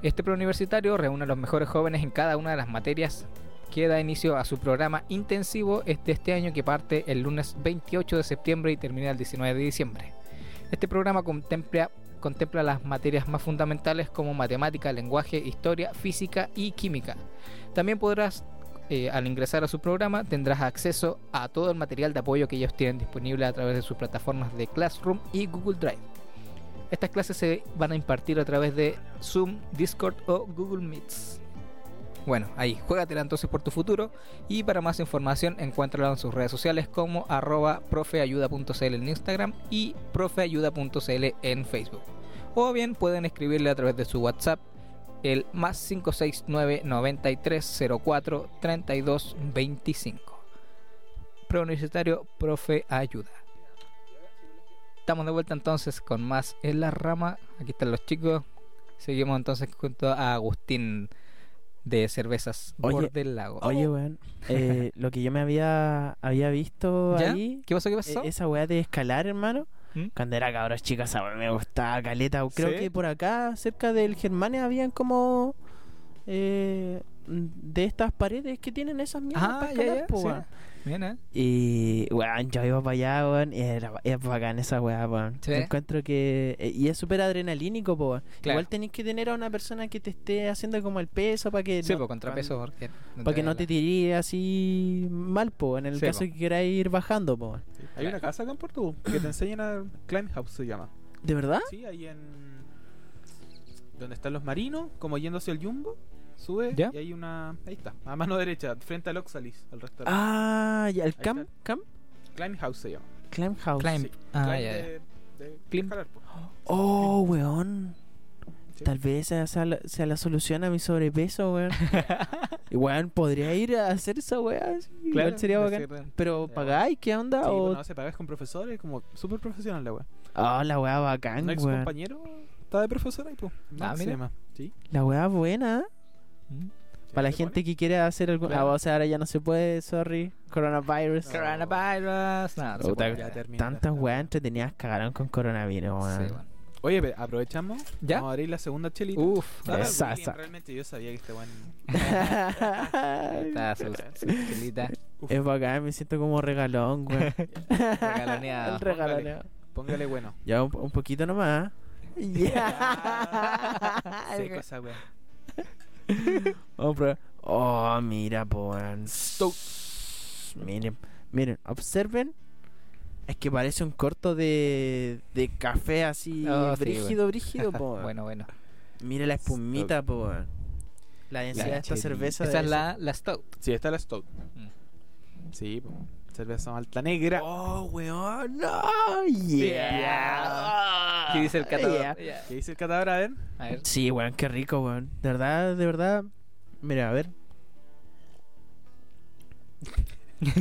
[SPEAKER 1] Este preuniversitario reúne a los mejores jóvenes en cada una de las materias que da inicio a su programa intensivo este, este año que parte el lunes 28 de septiembre y termina el 19 de diciembre. Este programa contempla, contempla las materias más fundamentales como matemática, lenguaje, historia, física y química. También podrás, eh, al ingresar a su programa, tendrás acceso a todo el material de apoyo que ellos tienen disponible a través de sus plataformas de Classroom y Google Drive. Estas clases se van a impartir a través de Zoom, Discord o Google Meets. Bueno, ahí, juégatela entonces por tu futuro y para más información encuéntrala en sus redes sociales como arroba profeayuda.cl en Instagram y profeayuda.cl en Facebook. O bien pueden escribirle a través de su WhatsApp el más 569 9304 3225. Preuniversitario Profe Ayuda. Estamos de vuelta entonces con más en la rama. Aquí están los chicos. Seguimos entonces junto a Agustín de Cervezas
[SPEAKER 2] Oye,
[SPEAKER 1] Borde del Lago.
[SPEAKER 2] Oye, weón, eh, lo que yo me había, había visto
[SPEAKER 1] ¿Ya?
[SPEAKER 2] ahí,
[SPEAKER 1] ¿Qué pasó? ¿Qué
[SPEAKER 2] eh,
[SPEAKER 1] pasó?
[SPEAKER 2] esa weá de escalar, hermano,
[SPEAKER 1] ¿Mm?
[SPEAKER 2] cuando era cabros chicas, esa weá me gustaba caleta. Creo
[SPEAKER 3] ¿Sí?
[SPEAKER 2] que por acá, cerca del Germania, habían como eh, de estas paredes que tienen esas mierdas
[SPEAKER 1] Ah,
[SPEAKER 2] para
[SPEAKER 1] ya,
[SPEAKER 2] escalar,
[SPEAKER 1] ya,
[SPEAKER 2] po,
[SPEAKER 1] sí.
[SPEAKER 2] weón.
[SPEAKER 1] Bien, ¿eh?
[SPEAKER 2] Y, weón, yo iba para allá, weón, y era, es bacán esa weá, weón.
[SPEAKER 1] Sí.
[SPEAKER 2] Encuentro que. eh, Y es súper adrenalínico, po, weón.
[SPEAKER 1] Claro.
[SPEAKER 2] Igual tenés que tener a una persona que te esté haciendo como el peso para que.
[SPEAKER 1] Sí,
[SPEAKER 2] no-
[SPEAKER 1] pues contrapeso porque.
[SPEAKER 2] Para que no te tire así mal, po, en el
[SPEAKER 1] Sí,
[SPEAKER 2] caso
[SPEAKER 1] po.
[SPEAKER 2] que quieras ir bajando, po.
[SPEAKER 3] Hay una casa acá en Puerto Montt que te enseñan a Climb House se llama.
[SPEAKER 2] ¿De verdad?
[SPEAKER 3] Ah. Sí, ahí en donde están los marinos, como yendo hacia el Jumbo, sube
[SPEAKER 1] ¿Ya?
[SPEAKER 3] y hay una ahí está, a mano derecha, frente al Oxalis, al restaurante.
[SPEAKER 2] Ah, ya, el
[SPEAKER 3] está.
[SPEAKER 2] Cam, Cam,
[SPEAKER 3] Climb House se llama.
[SPEAKER 2] Clam House.
[SPEAKER 1] Climb.
[SPEAKER 3] Sí.
[SPEAKER 1] Ah,
[SPEAKER 3] Climb
[SPEAKER 1] ya, ya.
[SPEAKER 3] de- de
[SPEAKER 1] Climb.
[SPEAKER 3] escalar, po.
[SPEAKER 2] Oh, weón.
[SPEAKER 3] Sí.
[SPEAKER 2] Tal vez esa sea la, sea la solución a mi sobrepeso, weón. Y, weón, podría ir a hacer esa weá. así, Igual sería bacán. Pero
[SPEAKER 3] Ya,
[SPEAKER 2] pagáis, ¿qué onda?
[SPEAKER 3] Sí,
[SPEAKER 2] o...
[SPEAKER 3] bueno, se pagas con profesores, como súper profesional la wea.
[SPEAKER 2] Ah, la weá bacán,
[SPEAKER 3] Un ex
[SPEAKER 2] weón.
[SPEAKER 3] compañero está de profesor ahí, pues.
[SPEAKER 1] Ah,
[SPEAKER 3] se
[SPEAKER 1] mira.
[SPEAKER 3] llama. Sí.
[SPEAKER 2] La weá buena.
[SPEAKER 1] Mm.
[SPEAKER 2] Para la gente que quiere hacer algún.
[SPEAKER 3] Claro.
[SPEAKER 2] Ah, o sea, ahora ya no se puede, sorry. Coronavirus.
[SPEAKER 3] No.
[SPEAKER 1] Coronavirus. No, no se
[SPEAKER 2] Puta,
[SPEAKER 1] puede.
[SPEAKER 3] ya
[SPEAKER 1] Sí,
[SPEAKER 3] termina.
[SPEAKER 2] Tantas weas entretenidas cagaron con coronavirus, weón.
[SPEAKER 1] bueno.
[SPEAKER 3] Oye, pe- aprovechamos.
[SPEAKER 1] ¿Ya?
[SPEAKER 3] Vamos a abrir la segunda chelita.
[SPEAKER 1] Uf,
[SPEAKER 3] Ah,
[SPEAKER 2] Esa,
[SPEAKER 3] William,
[SPEAKER 2] esa.
[SPEAKER 3] Realmente yo sabía que este weón.
[SPEAKER 1] está su su chilita
[SPEAKER 2] es bacán, me siento como regalón, weón.
[SPEAKER 1] regaloneada.
[SPEAKER 2] El regaloneo.
[SPEAKER 3] Póngale bueno.
[SPEAKER 2] Ya un, un poquito nomás. Ya.
[SPEAKER 3] Seco esa wea.
[SPEAKER 2] Vamos a probar. Oh, mira, po, weón. Miren, miren, observen. Es que parece un corto de, de café así,
[SPEAKER 1] Oh, sí,
[SPEAKER 2] brígido, brígido, po. weón.
[SPEAKER 1] Bueno, bueno.
[SPEAKER 2] Mira la espumita, po. weón. La densidad de esta
[SPEAKER 3] cheli-
[SPEAKER 2] cerveza.
[SPEAKER 1] Esa es
[SPEAKER 2] debe
[SPEAKER 1] la, la Stout.
[SPEAKER 3] Sí, está la Stout.
[SPEAKER 1] Mm.
[SPEAKER 3] Sí, po. cerveza malta
[SPEAKER 2] ser-
[SPEAKER 3] negra.
[SPEAKER 2] Oh, weón, no. Yeah.
[SPEAKER 1] Yeah. ¿Qué dice el
[SPEAKER 2] Yeah.
[SPEAKER 1] catador?
[SPEAKER 3] ¿Qué dice el cadáver? A ver.
[SPEAKER 1] A ver.
[SPEAKER 2] Sí, weón, qué rico, weón. De verdad, de verdad. Mira, a ver.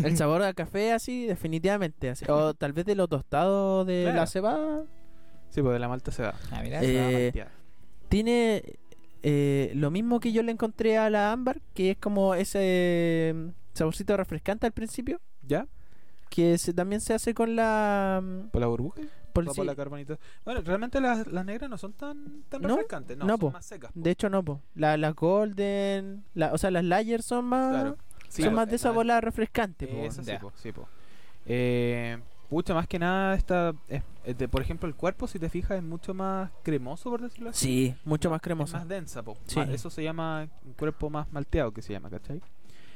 [SPEAKER 2] El sabor a café, así, definitivamente. así. O tal vez de lo tostado de
[SPEAKER 3] Claro.
[SPEAKER 2] la cebada.
[SPEAKER 3] Sí, pues de la malta se da.
[SPEAKER 1] Ah, mira.
[SPEAKER 2] Eh,
[SPEAKER 3] malteada.
[SPEAKER 2] Tiene eh, lo mismo que yo le encontré a la ámbar, que es como ese eh, saborcito refrescante al principio,
[SPEAKER 3] ¿Ya?
[SPEAKER 2] que se- también se hace con la... mm,
[SPEAKER 3] ¿Por la burbuja?
[SPEAKER 2] pol-
[SPEAKER 3] ¿O
[SPEAKER 2] sí.
[SPEAKER 3] por la carbonita? Bueno, realmente las, las negras no son tan, tan
[SPEAKER 2] No,
[SPEAKER 3] refrescantes. No,
[SPEAKER 2] no,
[SPEAKER 3] son
[SPEAKER 2] po.
[SPEAKER 3] más secas. po.
[SPEAKER 2] De hecho, no, po. La- las golden, la- o sea, las layers son más...
[SPEAKER 3] Claro.
[SPEAKER 2] son
[SPEAKER 3] Sí,
[SPEAKER 1] claro,
[SPEAKER 2] más de esa
[SPEAKER 1] claro.
[SPEAKER 2] bola refrescante, po.
[SPEAKER 3] Eso sí,
[SPEAKER 1] Ya.
[SPEAKER 3] po, sí, po. Eh, pucha, más que nada, esta, es- es de- por ejemplo, el cuerpo, si te fijas, es mucho más cremoso, por decirlo así.
[SPEAKER 2] Sí, mucho más
[SPEAKER 3] Es
[SPEAKER 2] cremosa.
[SPEAKER 3] más densa, po.
[SPEAKER 2] Sí.
[SPEAKER 3] Ah, Eso se llama un cuerpo más malteado, que se llama, ¿cachai?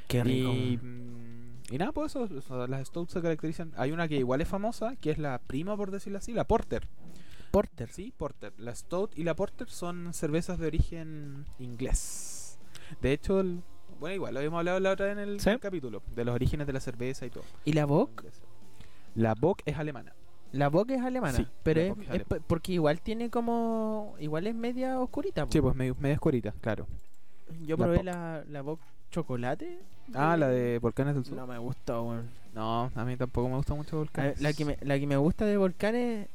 [SPEAKER 2] Qué rico.
[SPEAKER 3] Y,
[SPEAKER 2] weón.
[SPEAKER 3] mm, y Y nada, pues eso, eso, las Stouts se caracterizan. Hay una que igual es famosa, que es la prima, por decirlo así, la Porter.
[SPEAKER 2] Porter.
[SPEAKER 3] Sí, Porter. La Stout y la Porter son cervezas de origen inglés. De hecho, el- bueno, igual, lo habíamos hablado la otra vez en el
[SPEAKER 1] Sí.
[SPEAKER 3] capítulo, de los orígenes de la cerveza y todo.
[SPEAKER 2] ¿Y la Bock?
[SPEAKER 3] La Bock es alemana.
[SPEAKER 2] La Bock es alemana.
[SPEAKER 3] Sí,
[SPEAKER 2] pero
[SPEAKER 3] la
[SPEAKER 2] es,
[SPEAKER 3] Bock es
[SPEAKER 2] es
[SPEAKER 3] alemana.
[SPEAKER 2] p- porque igual tiene como. Igual es media oscurita. po.
[SPEAKER 3] Sí, pues medio, medio escuerita, claro.
[SPEAKER 2] Yo
[SPEAKER 3] la
[SPEAKER 2] probé
[SPEAKER 3] Bock.
[SPEAKER 2] la, la Bock chocolate.
[SPEAKER 3] Ah, la de Volcanes del Sur.
[SPEAKER 2] No me gustó, weón.
[SPEAKER 3] No, a mí tampoco me gusta mucho
[SPEAKER 2] A ver,
[SPEAKER 3] Volcanes.
[SPEAKER 2] La que, me, la que me gusta de volcanes,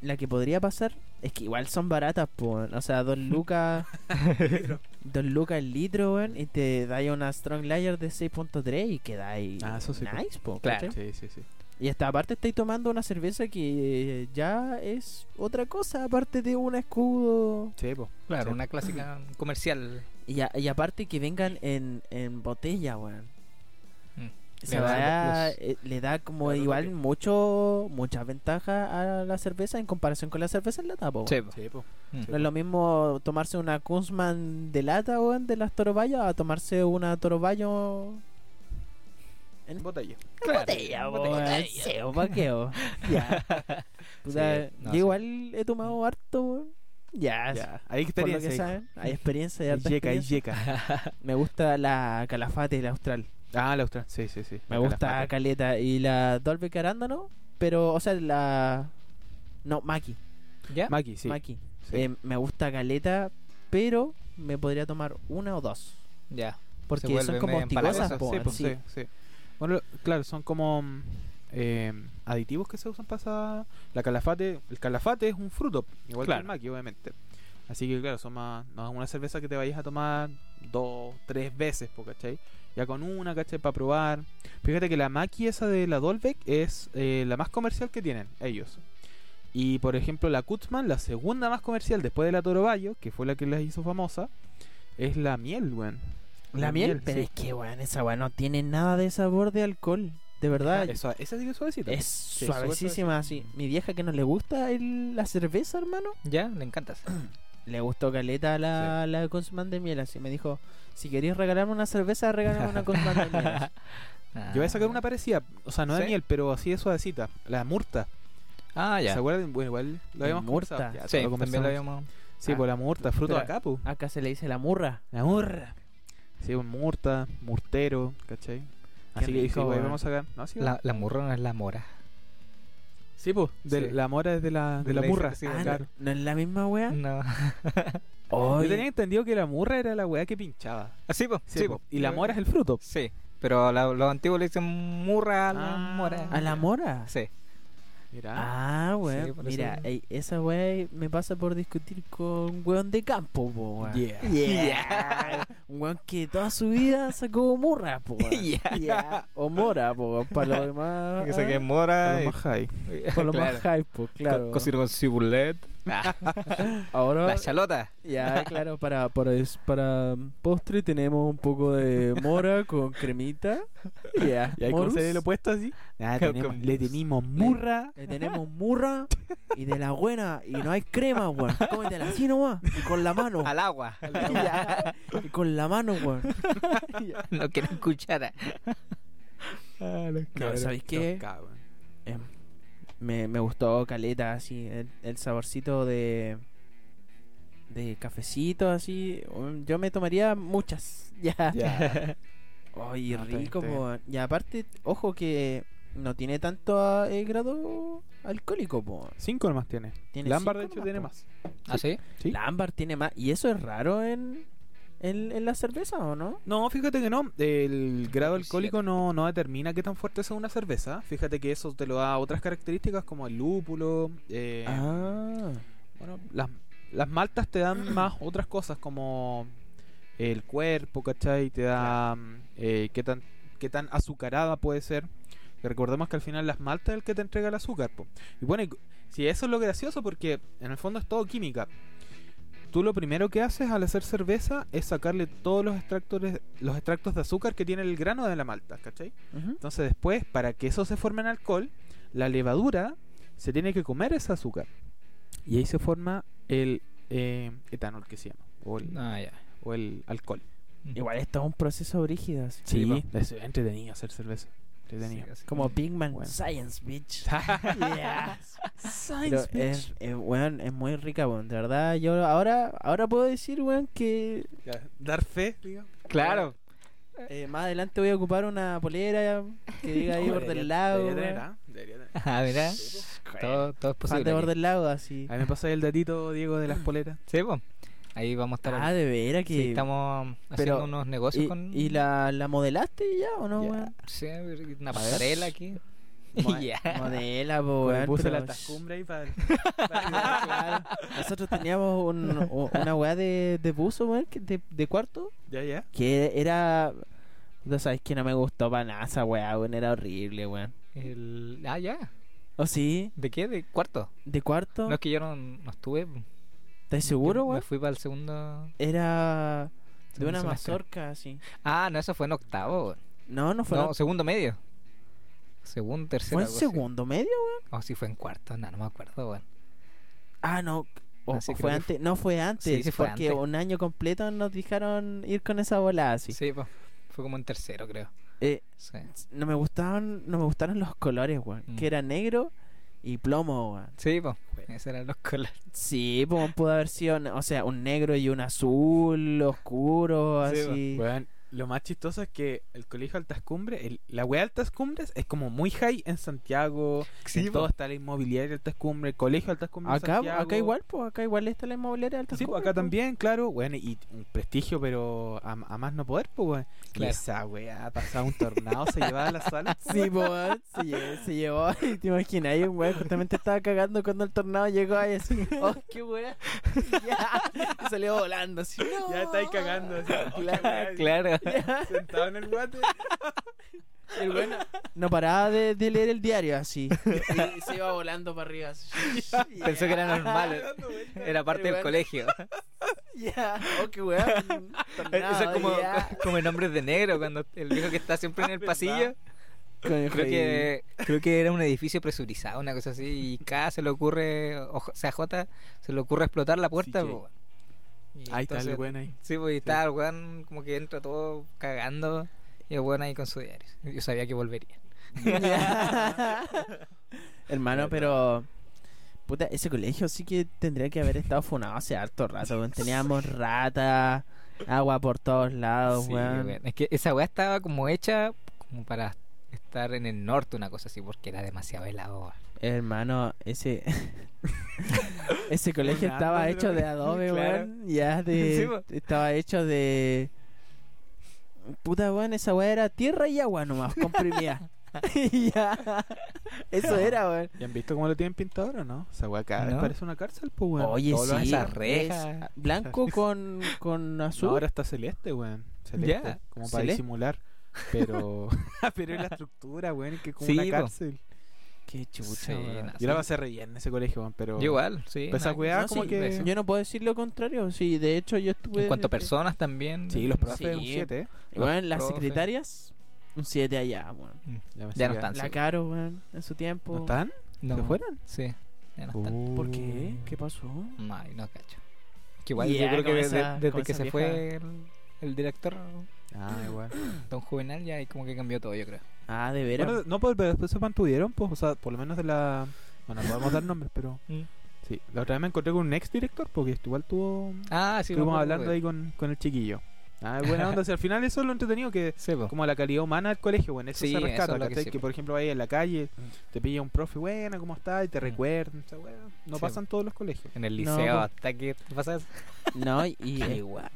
[SPEAKER 2] la que podría pasar, es que igual son baratas, po, weón. O sea, dos lucas. dos lucas el litro, weón. Y te da ahí una Strong Layer de 6.3 y queda ahí.
[SPEAKER 3] Ah, eso sí.
[SPEAKER 2] nice, po,
[SPEAKER 1] Claro.
[SPEAKER 2] ¿cachai?
[SPEAKER 3] Sí, sí, sí.
[SPEAKER 2] Y hasta aparte estáis tomando una cerveza que ya es otra cosa, aparte de un escudo.
[SPEAKER 3] Sí, pues.
[SPEAKER 1] Claro,
[SPEAKER 3] Sí.
[SPEAKER 1] una clásica comercial.
[SPEAKER 2] Y, a- y aparte que vengan en, en botella, weón.
[SPEAKER 1] Mm.
[SPEAKER 2] Esa
[SPEAKER 1] Le da
[SPEAKER 2] weá,
[SPEAKER 1] otro
[SPEAKER 2] eh, le da como
[SPEAKER 3] Le da otro
[SPEAKER 2] igual
[SPEAKER 3] toque.
[SPEAKER 2] mucho muchas ventajas a la cerveza en comparación con la cerveza en lata, po, weón.
[SPEAKER 1] Sí, po.
[SPEAKER 3] Sí, po.
[SPEAKER 1] Mm.
[SPEAKER 2] No es lo mismo tomarse una Kunzman de lata, weón, de las Torobayas, a tomarse una Torobayo
[SPEAKER 3] Botella.
[SPEAKER 1] Claro,
[SPEAKER 2] botella,
[SPEAKER 1] botella.
[SPEAKER 2] weón. Sí, o pa' qué, weón. Ya. Puta,
[SPEAKER 1] Sí, no,
[SPEAKER 2] yo
[SPEAKER 1] sí.
[SPEAKER 2] igual he tomado harto, weón. Ya,
[SPEAKER 3] Ya.
[SPEAKER 2] Ah,
[SPEAKER 3] Ahí
[SPEAKER 2] por lo
[SPEAKER 3] experiencia.
[SPEAKER 2] que saben, hay experiencia y
[SPEAKER 3] ahí.
[SPEAKER 2] harta
[SPEAKER 3] Yeca, ahí
[SPEAKER 2] experiencia.
[SPEAKER 3] yeca.
[SPEAKER 2] Me gusta la Calafate, la Austral.
[SPEAKER 3] Ah, la Austral. Sí, sí, sí.
[SPEAKER 2] Me
[SPEAKER 3] La
[SPEAKER 2] gusta
[SPEAKER 3] Calafate.
[SPEAKER 2] Caleta. Y la Dolby Carándano, pero, o sea, la... No, Maki.
[SPEAKER 1] ¿Ya?
[SPEAKER 3] Maki, sí.
[SPEAKER 2] Maki.
[SPEAKER 3] sí.
[SPEAKER 2] Eh, me gusta Caleta, pero me podría tomar una o dos.
[SPEAKER 1] Ya. Se
[SPEAKER 2] Porque
[SPEAKER 1] vuelve
[SPEAKER 2] son como
[SPEAKER 1] medio
[SPEAKER 2] hostigosas,
[SPEAKER 1] empalagosa,
[SPEAKER 2] po,
[SPEAKER 3] sí,
[SPEAKER 2] weón,
[SPEAKER 3] po,
[SPEAKER 2] sí.
[SPEAKER 3] sí, sí. Bueno, lo- claro, son como mm, eh, aditivos que se usan para esa- la calafate. El calafate es un fruto, igual que
[SPEAKER 1] Claro.
[SPEAKER 3] el maqui, obviamente. Así que, claro, son más, no es una cerveza que te vayas a tomar dos, tres veces, po, ¿cachai? Ya con una, ¿cachai? Para probar. Fíjate que la maqui esa de la Dolbeck es eh, la más comercial que tienen ellos. Y por ejemplo, la Kutzman, la segunda más comercial después de la Toro Bayo, que fue la que las hizo famosa, es la miel, weón.
[SPEAKER 2] La miel, pero
[SPEAKER 3] sí.
[SPEAKER 2] es que, weón, esa weón no tiene nada de sabor de alcohol. De verdad,
[SPEAKER 3] Ah, esa- esa sí que es suavecita.
[SPEAKER 2] es
[SPEAKER 3] súper
[SPEAKER 2] suavecísima así. Mi vieja que no le gusta el- la cerveza, hermano,
[SPEAKER 1] ¿Ya? Le encantas.
[SPEAKER 2] le gustó caleta la, la Consumán de miel. Así me dijo: Si queréis regalarme una cerveza, regálame una Consumán de miel. así.
[SPEAKER 3] Yo voy a sacar una parecida, o sea, no de
[SPEAKER 1] ¿Sí?
[SPEAKER 3] miel, pero así de suavecita. La murta.
[SPEAKER 1] Ah, ya.
[SPEAKER 3] ¿Se acuerdan? Bueno, igual lo habíamos
[SPEAKER 2] Murta.
[SPEAKER 3] conversado. Ya,
[SPEAKER 1] Sí, también
[SPEAKER 3] lo conversamos.
[SPEAKER 1] lo habíamos.
[SPEAKER 3] Sí,
[SPEAKER 1] Ah.
[SPEAKER 3] pues la murta, fruto de
[SPEAKER 2] Pero-
[SPEAKER 3] acá, pues.
[SPEAKER 2] Acá se le dice la murra.
[SPEAKER 3] La murra. Sí, pues murta, murtero, ¿cachai? Así que
[SPEAKER 2] rico,
[SPEAKER 3] sí, pues,
[SPEAKER 2] weón.
[SPEAKER 3] vamos a sacar. ¿No? Sí,
[SPEAKER 1] La, la murra no es la mora.
[SPEAKER 3] sí, pues, de
[SPEAKER 1] Sí.
[SPEAKER 3] la mora es de la, de
[SPEAKER 1] Le
[SPEAKER 3] la
[SPEAKER 1] dicen
[SPEAKER 3] murra.
[SPEAKER 1] así,
[SPEAKER 2] Ah,
[SPEAKER 1] weón.
[SPEAKER 2] ¿no-
[SPEAKER 3] claro.
[SPEAKER 2] ¿No es la misma weá?
[SPEAKER 1] No.
[SPEAKER 2] Oye,
[SPEAKER 3] Yo tenía entendido que la murra era la weá que pinchaba.
[SPEAKER 1] Así, pues.
[SPEAKER 3] Sí, po. Y la mora es el fruto.
[SPEAKER 1] Sí, pero la- los antiguos le dicen murra a la
[SPEAKER 3] Ah.
[SPEAKER 1] mora.
[SPEAKER 2] ¿A la mora?
[SPEAKER 1] Sí.
[SPEAKER 3] Mira.
[SPEAKER 2] Ah, weón.
[SPEAKER 1] Sí, por eso-
[SPEAKER 2] Mira, ey, esa weá me pasa por discutir con un weón de campo, po, weón.
[SPEAKER 3] Yeah.
[SPEAKER 2] Yeah. Un weón que toda su vida sacó murra, po. weón.
[SPEAKER 1] Yeah.
[SPEAKER 2] Yeah. O mora, po, weón, para lo demás.
[SPEAKER 1] Que se quede mora.
[SPEAKER 3] Ah, Lo
[SPEAKER 1] y-
[SPEAKER 3] más high.
[SPEAKER 2] Por lo más
[SPEAKER 1] Claro.
[SPEAKER 2] hype, po, claro.
[SPEAKER 1] Co- cocir con cibulet. Ah.
[SPEAKER 2] Ahora,
[SPEAKER 1] La chalota.
[SPEAKER 2] ya, claro, para, para, es- para mm, postre tenemos un poco de mora con cremita. Yeah.
[SPEAKER 3] ¿Y ahí cómo
[SPEAKER 2] Morus.
[SPEAKER 3] se lo puesto así? Ah,
[SPEAKER 1] Con-
[SPEAKER 3] tenemos-
[SPEAKER 1] con-
[SPEAKER 3] le tenemos murra.
[SPEAKER 2] Le Eh, tenemos murra y de la buena. Y no hay crema, weón. Cómetela así nomás. Y con la mano.
[SPEAKER 1] Al agua.
[SPEAKER 2] Ya. Y con la mano, weón.
[SPEAKER 1] no quieren cuchara. Ah,
[SPEAKER 2] No, ¿sabéis qué?
[SPEAKER 3] Los cabros.
[SPEAKER 2] Eh, me, me gustó caleta, así. El, el saborcito de. de cafecito, así. um, Yo me tomaría muchas. Ya.
[SPEAKER 3] Ya.
[SPEAKER 2] Ay,
[SPEAKER 3] No, está bien,
[SPEAKER 2] rico,
[SPEAKER 3] está bien.
[SPEAKER 2] po. Y aparte, ojo que. No tiene tanto ah, eh, grado alcohólico, po.
[SPEAKER 3] Cinco nomás tiene.
[SPEAKER 2] Tiene
[SPEAKER 3] Lámpara, de
[SPEAKER 2] cinco
[SPEAKER 3] hecho,
[SPEAKER 2] nomás,
[SPEAKER 3] tiene
[SPEAKER 2] po.
[SPEAKER 3] más.
[SPEAKER 1] ¿Ah, sí?
[SPEAKER 3] ¿Sí?
[SPEAKER 2] Lámpar tiene más. Y eso es raro en, en, en la cerveza, ¿o no?
[SPEAKER 3] No, fíjate que no. El grado alcohólico
[SPEAKER 1] Siete.
[SPEAKER 3] no, no determina qué tan fuerte es una cerveza. Fíjate que eso te lo da otras características como el lúpulo. eh,
[SPEAKER 2] Ah.
[SPEAKER 3] Bueno, las, las maltas te dan más otras cosas como el cuerpo, ¿cachai? Te da eh, qué, tan, qué tan azucarada puede ser. Que Recordemos que al final las maltas es el que te entrega el azúcar. po. Y bueno, y cu- si eso es lo gracioso porque en el fondo es todo química. Tú lo primero que haces al hacer cerveza es sacarle todos los extractores, los extractos de azúcar que tiene el grano de la malta, ¿cachai?
[SPEAKER 2] Ujú.
[SPEAKER 3] Entonces después, para que eso se forme en alcohol, la levadura se tiene que comer ese azúcar. Y ahí se forma el eh, etanol que se llama. O el,
[SPEAKER 1] Ah, ya.
[SPEAKER 3] o el alcohol.
[SPEAKER 2] Igual esto es un proceso brígido. así.
[SPEAKER 3] es entretenido hacer cerveza. entretenido.
[SPEAKER 1] Sí, así
[SPEAKER 2] Como Pinkman.
[SPEAKER 3] Bueno.
[SPEAKER 2] Science, bitch. Yeah. Pero es, es, weón, es muy rica, weón. De verdad, yo ahora, ahora puedo decir, weón, que
[SPEAKER 3] Ya, Dar fe, digo.
[SPEAKER 1] Claro.
[SPEAKER 2] eh, más adelante voy a ocupar una polera que diga ahí
[SPEAKER 3] Debería-
[SPEAKER 2] por del lago.
[SPEAKER 3] Debería tener,
[SPEAKER 2] weón.
[SPEAKER 3] ¿ah? Debería tener.
[SPEAKER 1] Ah, mira. Todo, todo es
[SPEAKER 2] Fan de
[SPEAKER 1] posible.
[SPEAKER 2] por
[SPEAKER 1] aquí.
[SPEAKER 2] del lago, así.
[SPEAKER 3] Ahí me pasa el datito, Diego, de las poleras.
[SPEAKER 1] Sí, po. Ahí vamos a estar.
[SPEAKER 2] Ah, de veras que.
[SPEAKER 1] sí, estamos haciendo
[SPEAKER 2] pero-
[SPEAKER 1] unos negocios
[SPEAKER 2] ¿Y,
[SPEAKER 1] con.
[SPEAKER 2] y la, la modelaste ya o no,
[SPEAKER 3] Ya.
[SPEAKER 2] weón?
[SPEAKER 1] Sí, una
[SPEAKER 2] A ver.
[SPEAKER 1] pasarela aquí.
[SPEAKER 2] Mo-
[SPEAKER 1] Ya.
[SPEAKER 2] Modela, po,
[SPEAKER 3] Le
[SPEAKER 2] weón.
[SPEAKER 3] puse
[SPEAKER 2] pero-
[SPEAKER 3] Oh, la tascumbra ahí para.
[SPEAKER 2] Claro. Nosotros teníamos un- u- una weá de, de buzo, weón, que- de, de cuarto,
[SPEAKER 3] ya, ya.
[SPEAKER 2] que era. No sabes que no me gustó para nada esa weá, weón, era horrible, weón.
[SPEAKER 1] El... Ah, ya.
[SPEAKER 2] ¿O sí?
[SPEAKER 1] ¿De qué? ¿De cuarto?
[SPEAKER 2] ¿De cuarto?
[SPEAKER 1] No es que yo no, no estuve. po.
[SPEAKER 2] ¿Estás
[SPEAKER 1] Yo
[SPEAKER 2] seguro,
[SPEAKER 1] Me
[SPEAKER 2] weón?
[SPEAKER 1] fui para el segundo.
[SPEAKER 2] Era de
[SPEAKER 1] segundo
[SPEAKER 2] una
[SPEAKER 1] semestre.
[SPEAKER 2] mazorca así.
[SPEAKER 1] Ah, no, eso fue en octavo. weón.
[SPEAKER 2] No, no fue.
[SPEAKER 1] No, segundo medio. Segundo, tercero.
[SPEAKER 2] ¿Fue en
[SPEAKER 1] algo así.
[SPEAKER 2] segundo medio?
[SPEAKER 1] O si fue en cuarto, no, no me acuerdo, weón.
[SPEAKER 2] Ah, no. O-
[SPEAKER 1] Ah, sí,
[SPEAKER 2] o
[SPEAKER 1] creo
[SPEAKER 2] fue
[SPEAKER 1] que
[SPEAKER 2] antes, no fue antes,
[SPEAKER 1] sí fue
[SPEAKER 2] porque
[SPEAKER 1] antes.
[SPEAKER 2] un año completo nos dejaron ir con esa bola así.
[SPEAKER 1] Sí, po. Fue como en tercero, creo.
[SPEAKER 2] Eh,
[SPEAKER 1] Sí.
[SPEAKER 2] no me gustaban, no me gustaron los colores, weón,
[SPEAKER 1] Mm.
[SPEAKER 2] que era negro y plomo, weón.
[SPEAKER 1] Sí, po. Esos eran los colores.
[SPEAKER 2] Sí, po, pudo haber sido, o sea, un negro y un azul oscuro,
[SPEAKER 1] Sí, pues.
[SPEAKER 2] así.
[SPEAKER 3] Weón, lo más chistoso es que el colegio Altas Cumbres, el- la wea Altas Cumbres es como muy high en Santiago. en todo está la inmobiliaria Altas Cumbres, el colegio Altas Cumbres. en
[SPEAKER 2] acá,
[SPEAKER 3] Santiago.
[SPEAKER 2] acá igual, pues, acá igual está la inmobiliaria de alta
[SPEAKER 3] Sí, pues, acá también, claro, weón, y un prestigio, pero a, a más no poder, pues, weón. Y
[SPEAKER 1] Claro.
[SPEAKER 3] esa weá pasaba un tornado, se llevaba a la sala.
[SPEAKER 2] Sí, po, weón, se lle- se llevó, y te imaginas, ahí un weón justamente estaba cagando cuando el tornado llegó ahí así, oh, qué weón, ya, y salió volando así, no.
[SPEAKER 3] Ya está ahí cagando, así, oh,
[SPEAKER 2] Claro,
[SPEAKER 3] qué weá,
[SPEAKER 1] Claro.
[SPEAKER 2] Ya.
[SPEAKER 3] Sentado en el guate.
[SPEAKER 2] El weón no paraba de, de leer el diario así, y se iba volando para arriba así.
[SPEAKER 1] Pensó que era normal.
[SPEAKER 3] dando vueltas.
[SPEAKER 1] Era parte del
[SPEAKER 2] Igual.
[SPEAKER 1] colegio.
[SPEAKER 2] Ya, oh, qué weón, tornado,
[SPEAKER 1] Eso es como,
[SPEAKER 2] ya.
[SPEAKER 1] como en Hombres de Negro, cuando el viejo que está siempre en el
[SPEAKER 3] ¿Verdad?
[SPEAKER 1] pasillo. Creo
[SPEAKER 2] Conejo, y-
[SPEAKER 1] que, creo que era un edificio presurizado, una cosa así, y cada se le ocurre, o o sea, J se le ocurre explotar la puerta.
[SPEAKER 3] Sí,
[SPEAKER 1] po,
[SPEAKER 3] que-
[SPEAKER 1] weón. Y
[SPEAKER 3] Ahí está el
[SPEAKER 1] entonces-
[SPEAKER 3] weón ahí.
[SPEAKER 1] Sí, pues y está el weón como que entra todo cagando, y el weón ahí con su diario. Yo sabía que volvería.
[SPEAKER 2] Ya. Hermano, pero. Puta, ese colegio sí que tendría que haber estado funado hace harto rato, weón. Teníamos rata, agua por todos
[SPEAKER 3] Ah,
[SPEAKER 2] lados,
[SPEAKER 1] Sí,
[SPEAKER 2] weón.
[SPEAKER 1] weón. Es que esa weá estaba como hecha como para estar en el norte, una cosa así, porque era demasiado helado. weón.
[SPEAKER 2] Hermano, ese. ese colegio
[SPEAKER 3] Funado,
[SPEAKER 2] estaba
[SPEAKER 3] pero-
[SPEAKER 2] hecho de adobe,
[SPEAKER 1] Claro.
[SPEAKER 2] weón. Ya de.
[SPEAKER 1] Sí, po.
[SPEAKER 2] estaba hecho de. Puta, weón, esa weá era tierra y agua nomás, comprimida. Ya. Eso era, weón.
[SPEAKER 3] ¿Y han visto cómo lo tienen pintado ahora, no? Esa weá cada vez
[SPEAKER 1] No.
[SPEAKER 3] parece una cárcel, pues, weón.
[SPEAKER 2] Oye,
[SPEAKER 3] Todo lo
[SPEAKER 2] sí.
[SPEAKER 3] hacen-
[SPEAKER 1] esas rejas.
[SPEAKER 2] es Blanco con, con azul.
[SPEAKER 3] No, ahora está celeste, weón. Celeste.
[SPEAKER 1] Ya.
[SPEAKER 3] Como para
[SPEAKER 2] Celeste.
[SPEAKER 3] disimular. Pero. pero es la estructura, weón. Que es como
[SPEAKER 1] Sí,
[SPEAKER 3] una
[SPEAKER 1] po.
[SPEAKER 3] cárcel.
[SPEAKER 2] Qué chucha,
[SPEAKER 1] Sí,
[SPEAKER 2] weón.
[SPEAKER 1] no,
[SPEAKER 3] Yo la pasé re bien en ese colegio, weón. Pero.
[SPEAKER 1] Yo igual, sí.
[SPEAKER 3] Pues esa
[SPEAKER 1] nada-
[SPEAKER 3] weá
[SPEAKER 2] No,
[SPEAKER 3] como
[SPEAKER 2] sí,
[SPEAKER 3] que.
[SPEAKER 2] Yo no puedo decir lo contrario. Sí, de hecho, yo estuve.
[SPEAKER 1] En cuanto a personas también.
[SPEAKER 3] Sí, los profes
[SPEAKER 1] sí.
[SPEAKER 3] un 7, eh.
[SPEAKER 2] Weón, las
[SPEAKER 1] Profe.
[SPEAKER 2] secretarias, un 7 allá, weón.
[SPEAKER 3] Ya, me
[SPEAKER 1] Ya no
[SPEAKER 3] sabía.
[SPEAKER 1] están.
[SPEAKER 2] La
[SPEAKER 1] sí.
[SPEAKER 2] caro, weón, en su tiempo.
[SPEAKER 3] Ah, ¿No están? Uh.
[SPEAKER 1] No.
[SPEAKER 3] ¿Se fueron? Oh.
[SPEAKER 1] Sí, ya no están.
[SPEAKER 2] ¿Por qué? ¿Qué pasó?
[SPEAKER 1] No, ahí no cacho. Que igual
[SPEAKER 2] Ya,
[SPEAKER 1] yo creo que
[SPEAKER 2] como
[SPEAKER 1] desde,
[SPEAKER 2] esa-
[SPEAKER 1] desde
[SPEAKER 2] como
[SPEAKER 1] que
[SPEAKER 2] esa
[SPEAKER 1] se fue el, el director,
[SPEAKER 3] Ah, igual.
[SPEAKER 1] don Juvenal, ya ahí como que cambió todo, yo creo.
[SPEAKER 2] Ah, de veras.
[SPEAKER 3] Bueno, no, pues, pero después se mantuvieron, pues. O sea, por lo menos de la. Bueno, no podemos dar nombres, pero.
[SPEAKER 1] Mm.
[SPEAKER 3] Sí, la otra vez me encontré con un ex director, porque igual tuvo.
[SPEAKER 1] Ah, sí,
[SPEAKER 3] Estuvimos
[SPEAKER 1] me acuerdo,
[SPEAKER 3] hablando
[SPEAKER 1] weón.
[SPEAKER 3] ahí con, con el chiquillo. Ah, buena onda. si al final eso es lo entretenido que.
[SPEAKER 1] Sí, po.
[SPEAKER 3] Como la calidad humana del colegio, bueno, eso
[SPEAKER 1] Sí,
[SPEAKER 3] se
[SPEAKER 1] eso
[SPEAKER 3] rescata,
[SPEAKER 1] es lo que
[SPEAKER 3] ¿cachai? que,
[SPEAKER 1] sí, po. Mm.
[SPEAKER 3] por ejemplo vayas en la calle, te pilla un profe, buena, ¿cómo estás? Y te recuerda, o sea, bueno, no
[SPEAKER 1] Sí,
[SPEAKER 3] pasa en todos los colegios.
[SPEAKER 1] en el
[SPEAKER 2] No,
[SPEAKER 1] liceo
[SPEAKER 2] po.
[SPEAKER 1] hasta que te pasas.
[SPEAKER 2] No, y. eh,
[SPEAKER 1] igual.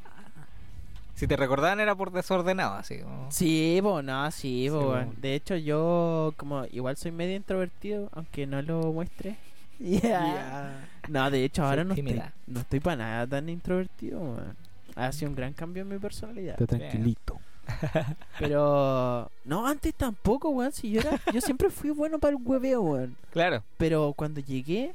[SPEAKER 1] Si te recordaban era por desordenado, así como.
[SPEAKER 2] Sí, bo, no, sí, bo,
[SPEAKER 1] Sí,
[SPEAKER 2] weón.
[SPEAKER 1] bo.
[SPEAKER 2] De hecho, yo, como, igual soy medio introvertido, aunque no lo muestre. Ya. No, de hecho,
[SPEAKER 1] Soy
[SPEAKER 2] ahora no estoy,
[SPEAKER 1] tímida.
[SPEAKER 2] no estoy para nada tan introvertido, weón. Ha sido un gran cambio en mi personalidad.
[SPEAKER 3] Está
[SPEAKER 1] tranquilito.
[SPEAKER 2] Pero no, antes tampoco, weón. Si yo era, yo siempre fui bueno para el hueveo, weón.
[SPEAKER 1] Claro.
[SPEAKER 2] Pero cuando llegué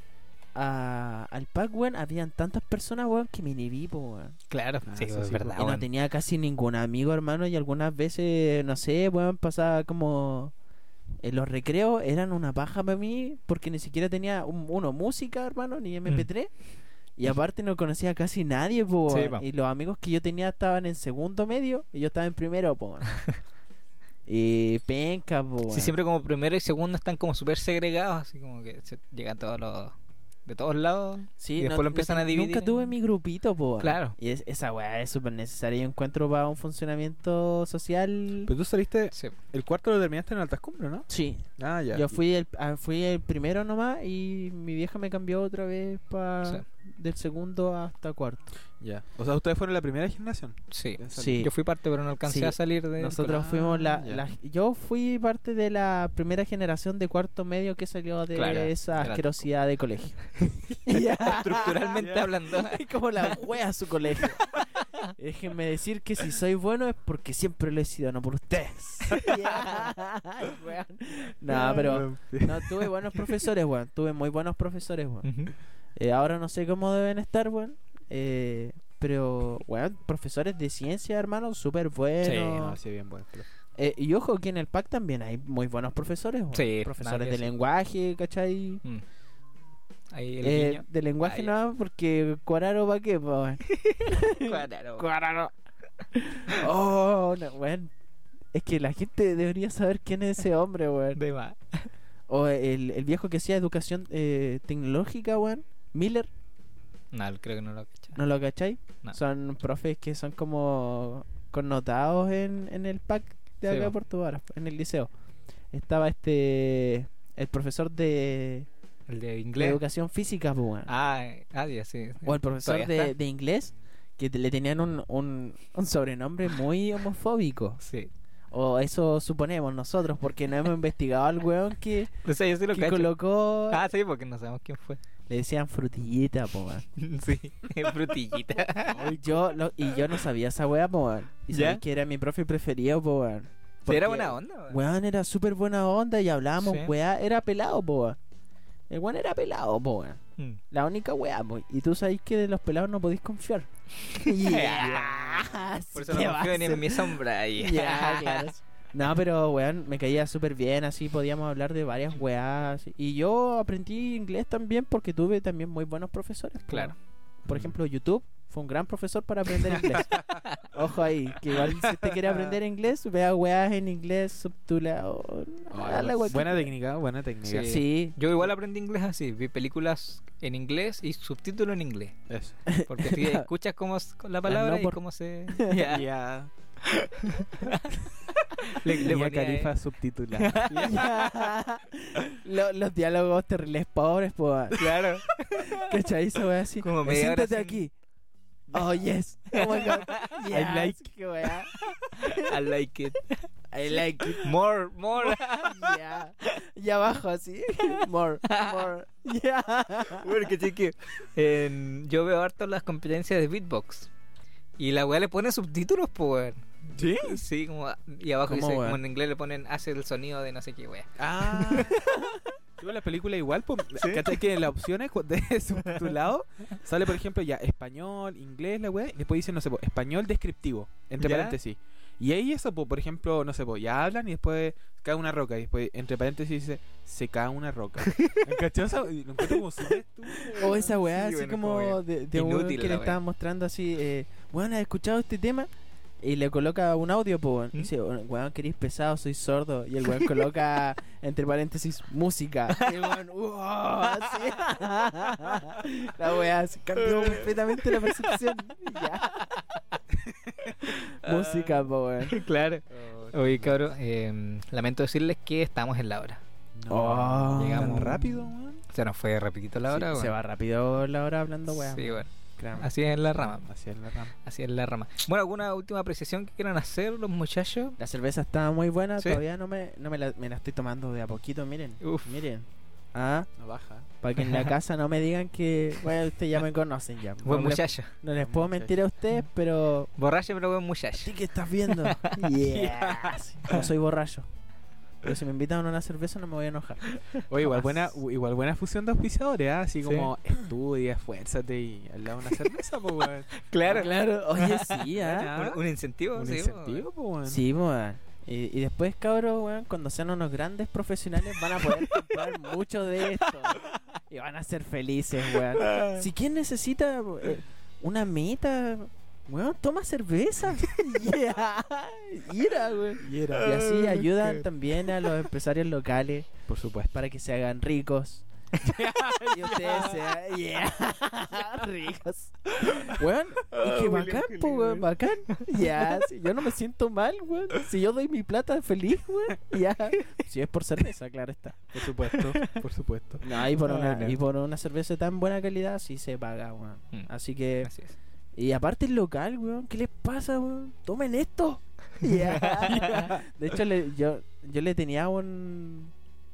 [SPEAKER 2] a, al pack, weón, habían tantas personas, weón, que me inhibí, po, weón.
[SPEAKER 1] Claro,
[SPEAKER 3] Ah,
[SPEAKER 1] sí,
[SPEAKER 3] eso
[SPEAKER 1] pues,
[SPEAKER 3] sí,
[SPEAKER 1] verdad.
[SPEAKER 2] y no
[SPEAKER 1] weón.
[SPEAKER 2] tenía casi ningún amigo, hermano, y algunas veces, no sé, weón, pasaba como en los recreos eran una paja para mí, porque ni siquiera tenía un- uno música, hermano, ni
[SPEAKER 1] Mm.
[SPEAKER 2] MP3. Y aparte no conocía a casi nadie, po,
[SPEAKER 1] Sí,
[SPEAKER 2] weón.
[SPEAKER 1] po.
[SPEAKER 2] Y los amigos que yo tenía estaban en segundo medio y yo estaba en primero, po. weón. Eh, penca, po.
[SPEAKER 1] Sí,
[SPEAKER 2] weón.
[SPEAKER 1] siempre como primero y segundo están como súper segregados, así como que se llegan todos los. de todos lados.
[SPEAKER 2] Sí,
[SPEAKER 1] y después lo empiezan a dividir
[SPEAKER 2] Nunca
[SPEAKER 1] en-
[SPEAKER 2] tuve mi grupito, po. weón.
[SPEAKER 1] Claro.
[SPEAKER 2] Y es- esa weá es súper necesaria, yo encuentro, para un funcionamiento social.
[SPEAKER 3] Pero tú saliste,
[SPEAKER 1] Sí.
[SPEAKER 3] el cuarto lo terminaste en altas cumbres, ¿no?
[SPEAKER 2] Sí,
[SPEAKER 3] Ah, ya.
[SPEAKER 2] yo fui el, ah, fui el primero nomás y mi vieja me cambió otra vez para
[SPEAKER 1] Sí.
[SPEAKER 2] del segundo hasta cuarto.
[SPEAKER 3] Ya. O sea, ustedes fueron la primera generación.
[SPEAKER 1] sí.
[SPEAKER 2] Sí.
[SPEAKER 1] Yo fui parte, pero no alcancé
[SPEAKER 2] Sí,
[SPEAKER 1] a salir de.
[SPEAKER 2] Nosotros
[SPEAKER 3] Ah,
[SPEAKER 2] fuimos la,
[SPEAKER 3] ya.
[SPEAKER 2] la- Yo fui parte de la primera generación de cuarto medio que salió de
[SPEAKER 1] Claro,
[SPEAKER 2] esa
[SPEAKER 1] era-
[SPEAKER 2] asquerosidad de colegio.
[SPEAKER 1] Estructuralmente hablando.
[SPEAKER 2] Es como la wea su colegio. Déjenme decir que si soy bueno es porque siempre lo he sido, no por ustedes. Ay, weón. no, pero
[SPEAKER 3] Ah,
[SPEAKER 2] no tuve buenos profesores, weón. Tuve muy buenos profesores, weón.
[SPEAKER 1] Ujú.
[SPEAKER 2] Eh, ahora no sé cómo deben estar, weón. Eh, pero, weón, profesores de ciencia, hermano, súper
[SPEAKER 3] Sí, no,
[SPEAKER 2] buenos.
[SPEAKER 3] sí, bien bueno. pero-
[SPEAKER 2] Eh, y ojo que en el PAC también hay muy buenos profesores, weón.
[SPEAKER 1] Sí, nada
[SPEAKER 2] profesores
[SPEAKER 1] que
[SPEAKER 2] de
[SPEAKER 1] decir.
[SPEAKER 2] lenguaje, ¿cachai?
[SPEAKER 1] Mm. Ahí el
[SPEAKER 2] Eh,
[SPEAKER 1] guiño.
[SPEAKER 2] de lenguaje
[SPEAKER 1] Ah, ya.
[SPEAKER 2] nada, porque Cuararo va qué, po, weón.
[SPEAKER 1] Claro.
[SPEAKER 2] Cuararo. Oh, no, weón. Es que la gente debería saber quién es ese hombre, weón.
[SPEAKER 1] De más.
[SPEAKER 2] O el, el viejo que hacía educación eh, tecnológica, weón. Miller,
[SPEAKER 1] No, creo que no lo caché.
[SPEAKER 2] ¿no lo cachai?
[SPEAKER 1] No.
[SPEAKER 2] Son profes que son como connotados en, en el PAC de
[SPEAKER 1] Sí,
[SPEAKER 2] acá de
[SPEAKER 1] po.
[SPEAKER 2] Puerto Varas, en el liceo. Estaba este. El profesor de,
[SPEAKER 1] El de
[SPEAKER 2] de
[SPEAKER 1] inglés.
[SPEAKER 2] educación física, po, weón.
[SPEAKER 1] Ah, eh, ah, ya, sí.
[SPEAKER 2] O el profesor
[SPEAKER 1] Todavía
[SPEAKER 2] de,
[SPEAKER 1] está.
[SPEAKER 2] de inglés, que te- le tenían un, un, un sobrenombre muy homofóbico.
[SPEAKER 1] Sí.
[SPEAKER 2] O eso suponemos nosotros, porque no hemos investigado al weón que,
[SPEAKER 1] O sea, yo sí lo
[SPEAKER 2] que
[SPEAKER 1] cacho.
[SPEAKER 2] colocó.
[SPEAKER 1] Ah, sí, porque no sabemos quién fue.
[SPEAKER 2] Le decían frutillita, po, weón.
[SPEAKER 1] Sí, frutillita.
[SPEAKER 2] Yo lo- y yo no sabía esa weá, po, weón. Y
[SPEAKER 1] ¿Ya?
[SPEAKER 2] sabía que era mi profe preferido, po, weón.
[SPEAKER 1] Sí, Era
[SPEAKER 2] Porque,
[SPEAKER 1] buena onda. weón.
[SPEAKER 2] Weón era súper buena onda y hablábamos,
[SPEAKER 1] Sí.
[SPEAKER 2] weá. Era pelado, po, weón. El weón era pelado, po, weón.
[SPEAKER 1] Mm.
[SPEAKER 2] La única weá, po. Y tú sabés que de los pelados no podéis confiar. Ya,
[SPEAKER 1] Por eso
[SPEAKER 2] ¿qué
[SPEAKER 1] no
[SPEAKER 2] va a
[SPEAKER 1] confío ni
[SPEAKER 2] hacer?
[SPEAKER 1] en mi sombra. y-
[SPEAKER 2] Ya, claro. No, pero weón, me caía súper bien, así podíamos hablar de varias weás. Y yo aprendí inglés también porque tuve también muy buenos profesores. po.
[SPEAKER 1] Claro.
[SPEAKER 2] Por ejemplo, YouTube fue un gran profesor para aprender inglés. Ojo ahí, que igual si usted quiere aprender inglés, vea weás en inglés subtitulado. Ah, la
[SPEAKER 3] Ah,
[SPEAKER 2] wea que-
[SPEAKER 3] buena técnica, buena técnica.
[SPEAKER 1] Sí.
[SPEAKER 2] Sí.
[SPEAKER 1] Yo igual aprendí inglés así. Vi películas en inglés y subtítulo en inglés.
[SPEAKER 3] Eso.
[SPEAKER 1] Porque si escuchas cómo es la palabra
[SPEAKER 2] no
[SPEAKER 1] y
[SPEAKER 2] por-
[SPEAKER 1] cómo se...
[SPEAKER 3] Ya.
[SPEAKER 1] Le, le
[SPEAKER 3] Mia
[SPEAKER 1] ponía, eh,
[SPEAKER 3] Khalifa subtitulada.
[SPEAKER 2] Lo- los diálogos terribles pobres, po. weón.
[SPEAKER 1] Claro.
[SPEAKER 2] ¿Cachai? Esa wea así.
[SPEAKER 1] Como media hora
[SPEAKER 2] Siéntate
[SPEAKER 1] sin-
[SPEAKER 2] aquí. Oh, yes. Oh my god. Yes.
[SPEAKER 3] I like-
[SPEAKER 2] Qué weá.
[SPEAKER 1] I like it.
[SPEAKER 2] I like it.
[SPEAKER 1] More, more.
[SPEAKER 2] Yeah. Y abajo así. More, more. Yeah.
[SPEAKER 1] Bueno, que chiqui. En- yo veo harto las competencias de beatbox. Y la weá le pone subtítulos, pues.
[SPEAKER 3] ¿Sí?
[SPEAKER 1] Sí, como. Y abajo
[SPEAKER 2] ¿Cómo,
[SPEAKER 1] dice,
[SPEAKER 2] weón?
[SPEAKER 1] como en inglés le ponen, hace el sonido de no sé qué weá.
[SPEAKER 3] Ah. Yo veo la película igual, pues, ¿cachai? Que en las opciones cu- de subtitulado sale, por ejemplo, ya español, inglés, la wea, y después dice, no sé, po, español descriptivo, entre
[SPEAKER 1] ¿Ya?
[SPEAKER 3] paréntesis. Y ahí eso, po, por ejemplo, no sé, po, ya hablan y después cae una roca, y después, entre paréntesis, dice, se cae una roca. ¿Cachai? O sea, y Lo encuentro como súper estúpido,
[SPEAKER 2] O
[SPEAKER 3] weón.
[SPEAKER 2] Oh, esa weá
[SPEAKER 1] Sí,
[SPEAKER 2] así
[SPEAKER 1] bueno,
[SPEAKER 2] como
[SPEAKER 1] como
[SPEAKER 2] de, de un weón
[SPEAKER 1] Inútil
[SPEAKER 2] que le
[SPEAKER 1] la weá.
[SPEAKER 2] estaban mostrando así. Eh, weón, ¿has escuchado este tema? Y le coloca un audio, po, weón.
[SPEAKER 1] ¿Mm?
[SPEAKER 2] Dice, weón, querís pesado, soy sordo. Y el weón coloca, entre paréntesis, música. Y el weón, "Wow", así. La weá se cambió completamente la percepción. Ya.
[SPEAKER 1] Ah.
[SPEAKER 2] música, po, weón.
[SPEAKER 1] claro.
[SPEAKER 3] Oh,
[SPEAKER 1] Oye, cabrón, eh, lamento decirles que estamos en la hora.
[SPEAKER 3] No,
[SPEAKER 2] Oh.
[SPEAKER 3] llegamos
[SPEAKER 1] Llegamos.
[SPEAKER 3] rápido, weón.
[SPEAKER 1] Se nos fue rapidito la hora,
[SPEAKER 2] Sí,
[SPEAKER 1] weón.
[SPEAKER 2] se va rápido la hora hablando, weón.
[SPEAKER 1] Sí, bueno.
[SPEAKER 2] Créame.
[SPEAKER 1] Así es la rama.
[SPEAKER 3] Así es la rama.
[SPEAKER 1] Así es la rama. Bueno, ¿alguna última apreciación que quieran hacer los muchachos?
[SPEAKER 2] La cerveza está muy buena,
[SPEAKER 1] Sí.
[SPEAKER 2] todavía no me, no me la, me la estoy tomando de a poquito, miren.
[SPEAKER 1] Uf.
[SPEAKER 2] Miren. Ah,
[SPEAKER 3] No baja.
[SPEAKER 2] para que en la casa no me digan que, bueno, ustedes ya me conocen ya.
[SPEAKER 1] Buen
[SPEAKER 2] no, les,
[SPEAKER 1] muchacho.
[SPEAKER 2] no les puedo mentir a ustedes, pero
[SPEAKER 1] Borracho, pero buen muchacho.
[SPEAKER 2] sí que estás viendo. Yes. No soy borracho. Pero si me invitan a una cerveza no me voy a enojar.
[SPEAKER 3] Oye, igual buena,
[SPEAKER 2] Jamás.
[SPEAKER 3] igual buena fusión de auspiciadores, ¿ah? así
[SPEAKER 1] Sí.
[SPEAKER 3] como estudia, esfuérzate y al lado una cerveza, po, weón.
[SPEAKER 1] Claro.
[SPEAKER 2] claro. Oye, sí, ah.
[SPEAKER 3] Buena,
[SPEAKER 1] Un, un incentivo,
[SPEAKER 3] Un
[SPEAKER 1] sí,
[SPEAKER 3] incentivo, po, weón.
[SPEAKER 2] Sí, weón. Y, y después, cabros, weón, cuando sean unos grandes profesionales van a poder comprar mucho de esto. Y van a ser felices, weón. Si quien necesita eh, una meta, Weón, toma cerveza. Ya, Mira, weón.
[SPEAKER 3] Y era.
[SPEAKER 2] Y así ayudan también a los empresarios locales
[SPEAKER 3] Por supuesto.
[SPEAKER 2] para que se hagan ricos. y ustedes sean yeah, ricos. Weón,
[SPEAKER 3] Ah,
[SPEAKER 2] y que
[SPEAKER 3] William
[SPEAKER 2] bacán, po,
[SPEAKER 3] Cullen,
[SPEAKER 2] weón,
[SPEAKER 3] weón.
[SPEAKER 2] bacán. Ya, si yo no me siento mal, weón. Si yo doy mi plata feliz, weón. Ya. Si es por cerveza, claro está.
[SPEAKER 3] Por supuesto. Por supuesto.
[SPEAKER 2] No, y por,
[SPEAKER 3] Ah,
[SPEAKER 2] una,
[SPEAKER 3] no.
[SPEAKER 2] y por una cerveza de tan buena calidad, sí se paga, weón.
[SPEAKER 1] Mm.
[SPEAKER 2] Así que.
[SPEAKER 1] Así es.
[SPEAKER 2] Y aparte el local, weón. ¿Qué les pasa, weón? Tomen esto. Ya. De hecho, le- yo, yo le tenía un.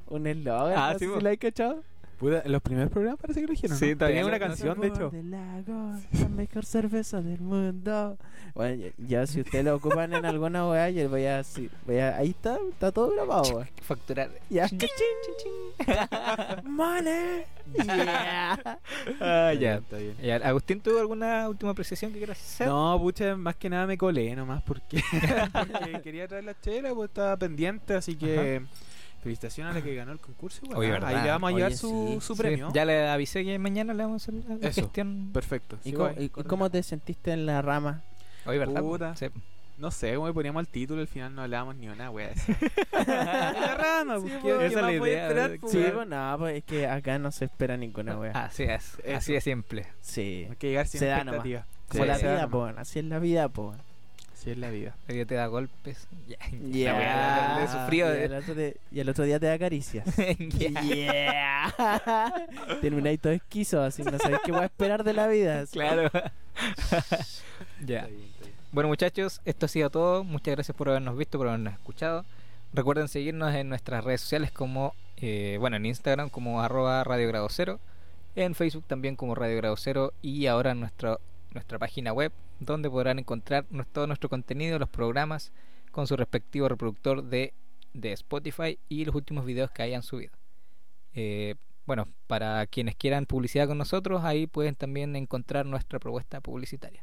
[SPEAKER 2] Un eslogan.
[SPEAKER 1] Ah,
[SPEAKER 2] no
[SPEAKER 1] sí,
[SPEAKER 2] sé
[SPEAKER 1] po.
[SPEAKER 2] si lo has cachado.
[SPEAKER 3] Puta, en los primeros programas parece que lo dijeron.
[SPEAKER 1] Sí,
[SPEAKER 3] ¿no?
[SPEAKER 1] todavía
[SPEAKER 3] Tenía
[SPEAKER 1] lo-
[SPEAKER 3] una
[SPEAKER 1] no sé
[SPEAKER 3] canción, de hecho.
[SPEAKER 2] Del lago, la mejor cerveza del mundo. Bueno, ya, ya si ustedes lo ocupan en alguna weá, yo voy a, sí, voy a. Ahí está, está todo grabado, weón.
[SPEAKER 1] Facturar.
[SPEAKER 2] Ya. Money. Yeah.
[SPEAKER 1] Ah,
[SPEAKER 3] Está bien,
[SPEAKER 1] ya.
[SPEAKER 3] está bien.
[SPEAKER 1] Ya, Agustín, ¿tuvo alguna última apreciación que quieras hacer?
[SPEAKER 3] No, pucha, más que nada me colé nomás porque, porque quería traer la chela, pues estaba pendiente, así que felicitaciones a la que ganó el concurso. weón.
[SPEAKER 1] Oye,
[SPEAKER 3] Ah,
[SPEAKER 1] verdad.
[SPEAKER 3] Ahí le vamos a llevar
[SPEAKER 2] Oye,
[SPEAKER 3] su,
[SPEAKER 2] sí.
[SPEAKER 3] su
[SPEAKER 1] Sí,
[SPEAKER 3] premio.
[SPEAKER 1] ya le avisé que mañana le vamos a hacer la
[SPEAKER 3] Eso.
[SPEAKER 1] gestión.
[SPEAKER 3] Perfecto.
[SPEAKER 2] ¿Y,
[SPEAKER 3] sí,
[SPEAKER 2] cómo,
[SPEAKER 3] voy.
[SPEAKER 2] y- y cómo te sentiste en la rama?
[SPEAKER 1] Hoy, ¿verdad?
[SPEAKER 3] Puta.
[SPEAKER 1] Sí.
[SPEAKER 3] No sé, cómo le poníamos el título, al final no hablábamos ni una wea. de esa. la rama, pues, ¿qué-
[SPEAKER 1] esa
[SPEAKER 3] qué
[SPEAKER 1] es la
[SPEAKER 3] más voy a
[SPEAKER 1] idea,
[SPEAKER 3] esperar,
[SPEAKER 1] ¿verdad?
[SPEAKER 3] pues,
[SPEAKER 2] Sí,
[SPEAKER 3] weón?
[SPEAKER 2] pues no, pues es que acá no se espera ninguna wea.
[SPEAKER 1] Así es.
[SPEAKER 3] Eso.
[SPEAKER 1] Así de simple.
[SPEAKER 2] Sí.
[SPEAKER 3] Hay que llegar sin
[SPEAKER 2] Se da nomás.
[SPEAKER 3] expectativa.
[SPEAKER 2] Como
[SPEAKER 1] Sí,
[SPEAKER 2] la
[SPEAKER 1] sí.
[SPEAKER 2] vida, po, así es la vida, pues, po.
[SPEAKER 3] Así es la vida.
[SPEAKER 1] La vida te da golpes. Ya.
[SPEAKER 2] Ya.
[SPEAKER 1] La wea de- de sufrido. eh.
[SPEAKER 2] Y al otro, de- y al otro día te da caricias.
[SPEAKER 1] Ya.
[SPEAKER 2] Yeah. Termináis todo esquizo, así no sabéis qué voy a esperar de la vida. así.
[SPEAKER 1] Claro. ya. Bueno, muchachos, esto ha sido todo. Muchas gracias por habernos visto, por habernos escuchado. Recuerden seguirnos en nuestras redes sociales como, eh, bueno, en Instagram como arroba Radio Grado Cero, en Facebook también como Radio Grado Cero y ahora en nuestra, nuestra página web donde podrán encontrar nos- todo nuestro contenido, los programas con su respectivo reproductor de, de Spotify y los últimos videos que hayan subido. Eh, bueno, para quienes quieran publicidad con nosotros, ahí pueden también encontrar nuestra propuesta publicitaria.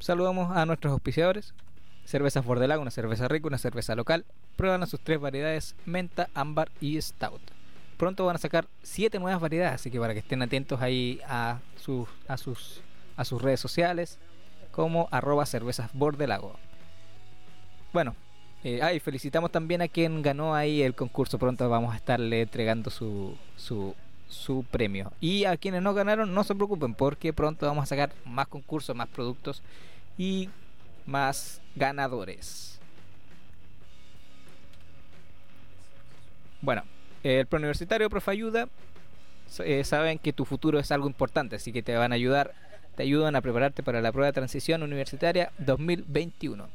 [SPEAKER 1] Saludamos a nuestros auspiciadores. Cervezas Bordelago, una cerveza rica, una cerveza local. Prueban sus tres variedades, menta, ámbar y stout. Pronto van a sacar siete nuevas variedades, así que para que estén atentos ahí a sus, a sus, a sus redes sociales, como arroba cervezas Bordelago. Bueno, eh, ah, y felicitamos también a quien ganó ahí el concurso. Pronto vamos a estarle entregando su, su, su premio. Y a quienes no ganaron, no se preocupen, porque pronto vamos a sacar más concursos, más productos y más ganadores. Bueno, el preuniversitario Profe Ayuda s- eh, saben que tu futuro es algo importante, así que te van a ayudar, te ayudan a prepararte para la prueba de transición universitaria 2021.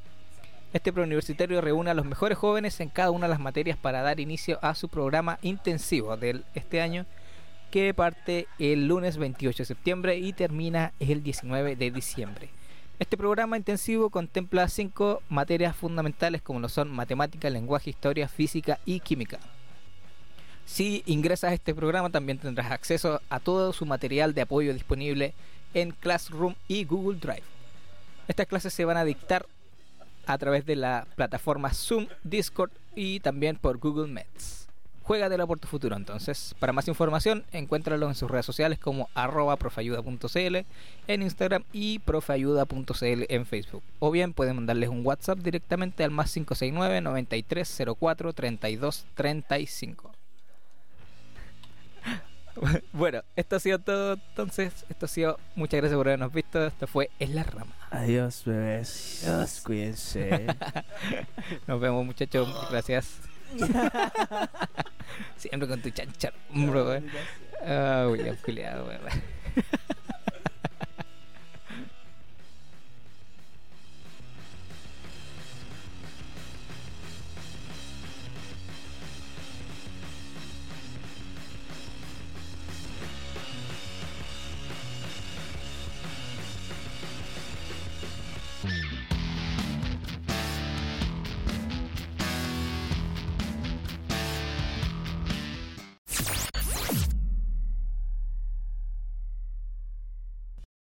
[SPEAKER 1] Este preuniversitario reúne a los mejores jóvenes en cada una de las materias para dar inicio a su programa intensivo de este año que parte el lunes 28 de septiembre y termina el 19 de diciembre. Este programa intensivo contempla cinco materias fundamentales como lo son matemática, lenguaje, historia, física y química. Si ingresas a este programa también tendrás acceso a todo su material de apoyo disponible en Classroom y Google Drive. Estas clases se van a dictar a través de la plataforma Zoom, Discord y también por Google Meets. Juégatela por tu futuro entonces. Para más información, encuéntralo en sus redes sociales como arroba profeayuda.cl en Instagram y profeayuda.cl en Facebook. O bien pueden mandarles un WhatsApp directamente al más 569 9304 3235. Bueno, esto ha sido todo entonces. Esto ha sido. Muchas gracias por habernos visto. Esto fue En la Rama.
[SPEAKER 2] Adiós, bebés. Adiós, cuídense.
[SPEAKER 1] Nos vemos, muchachos. Muchas Gracias. Siempre con tu chanchar, bro. Ah, William, culiado, weón.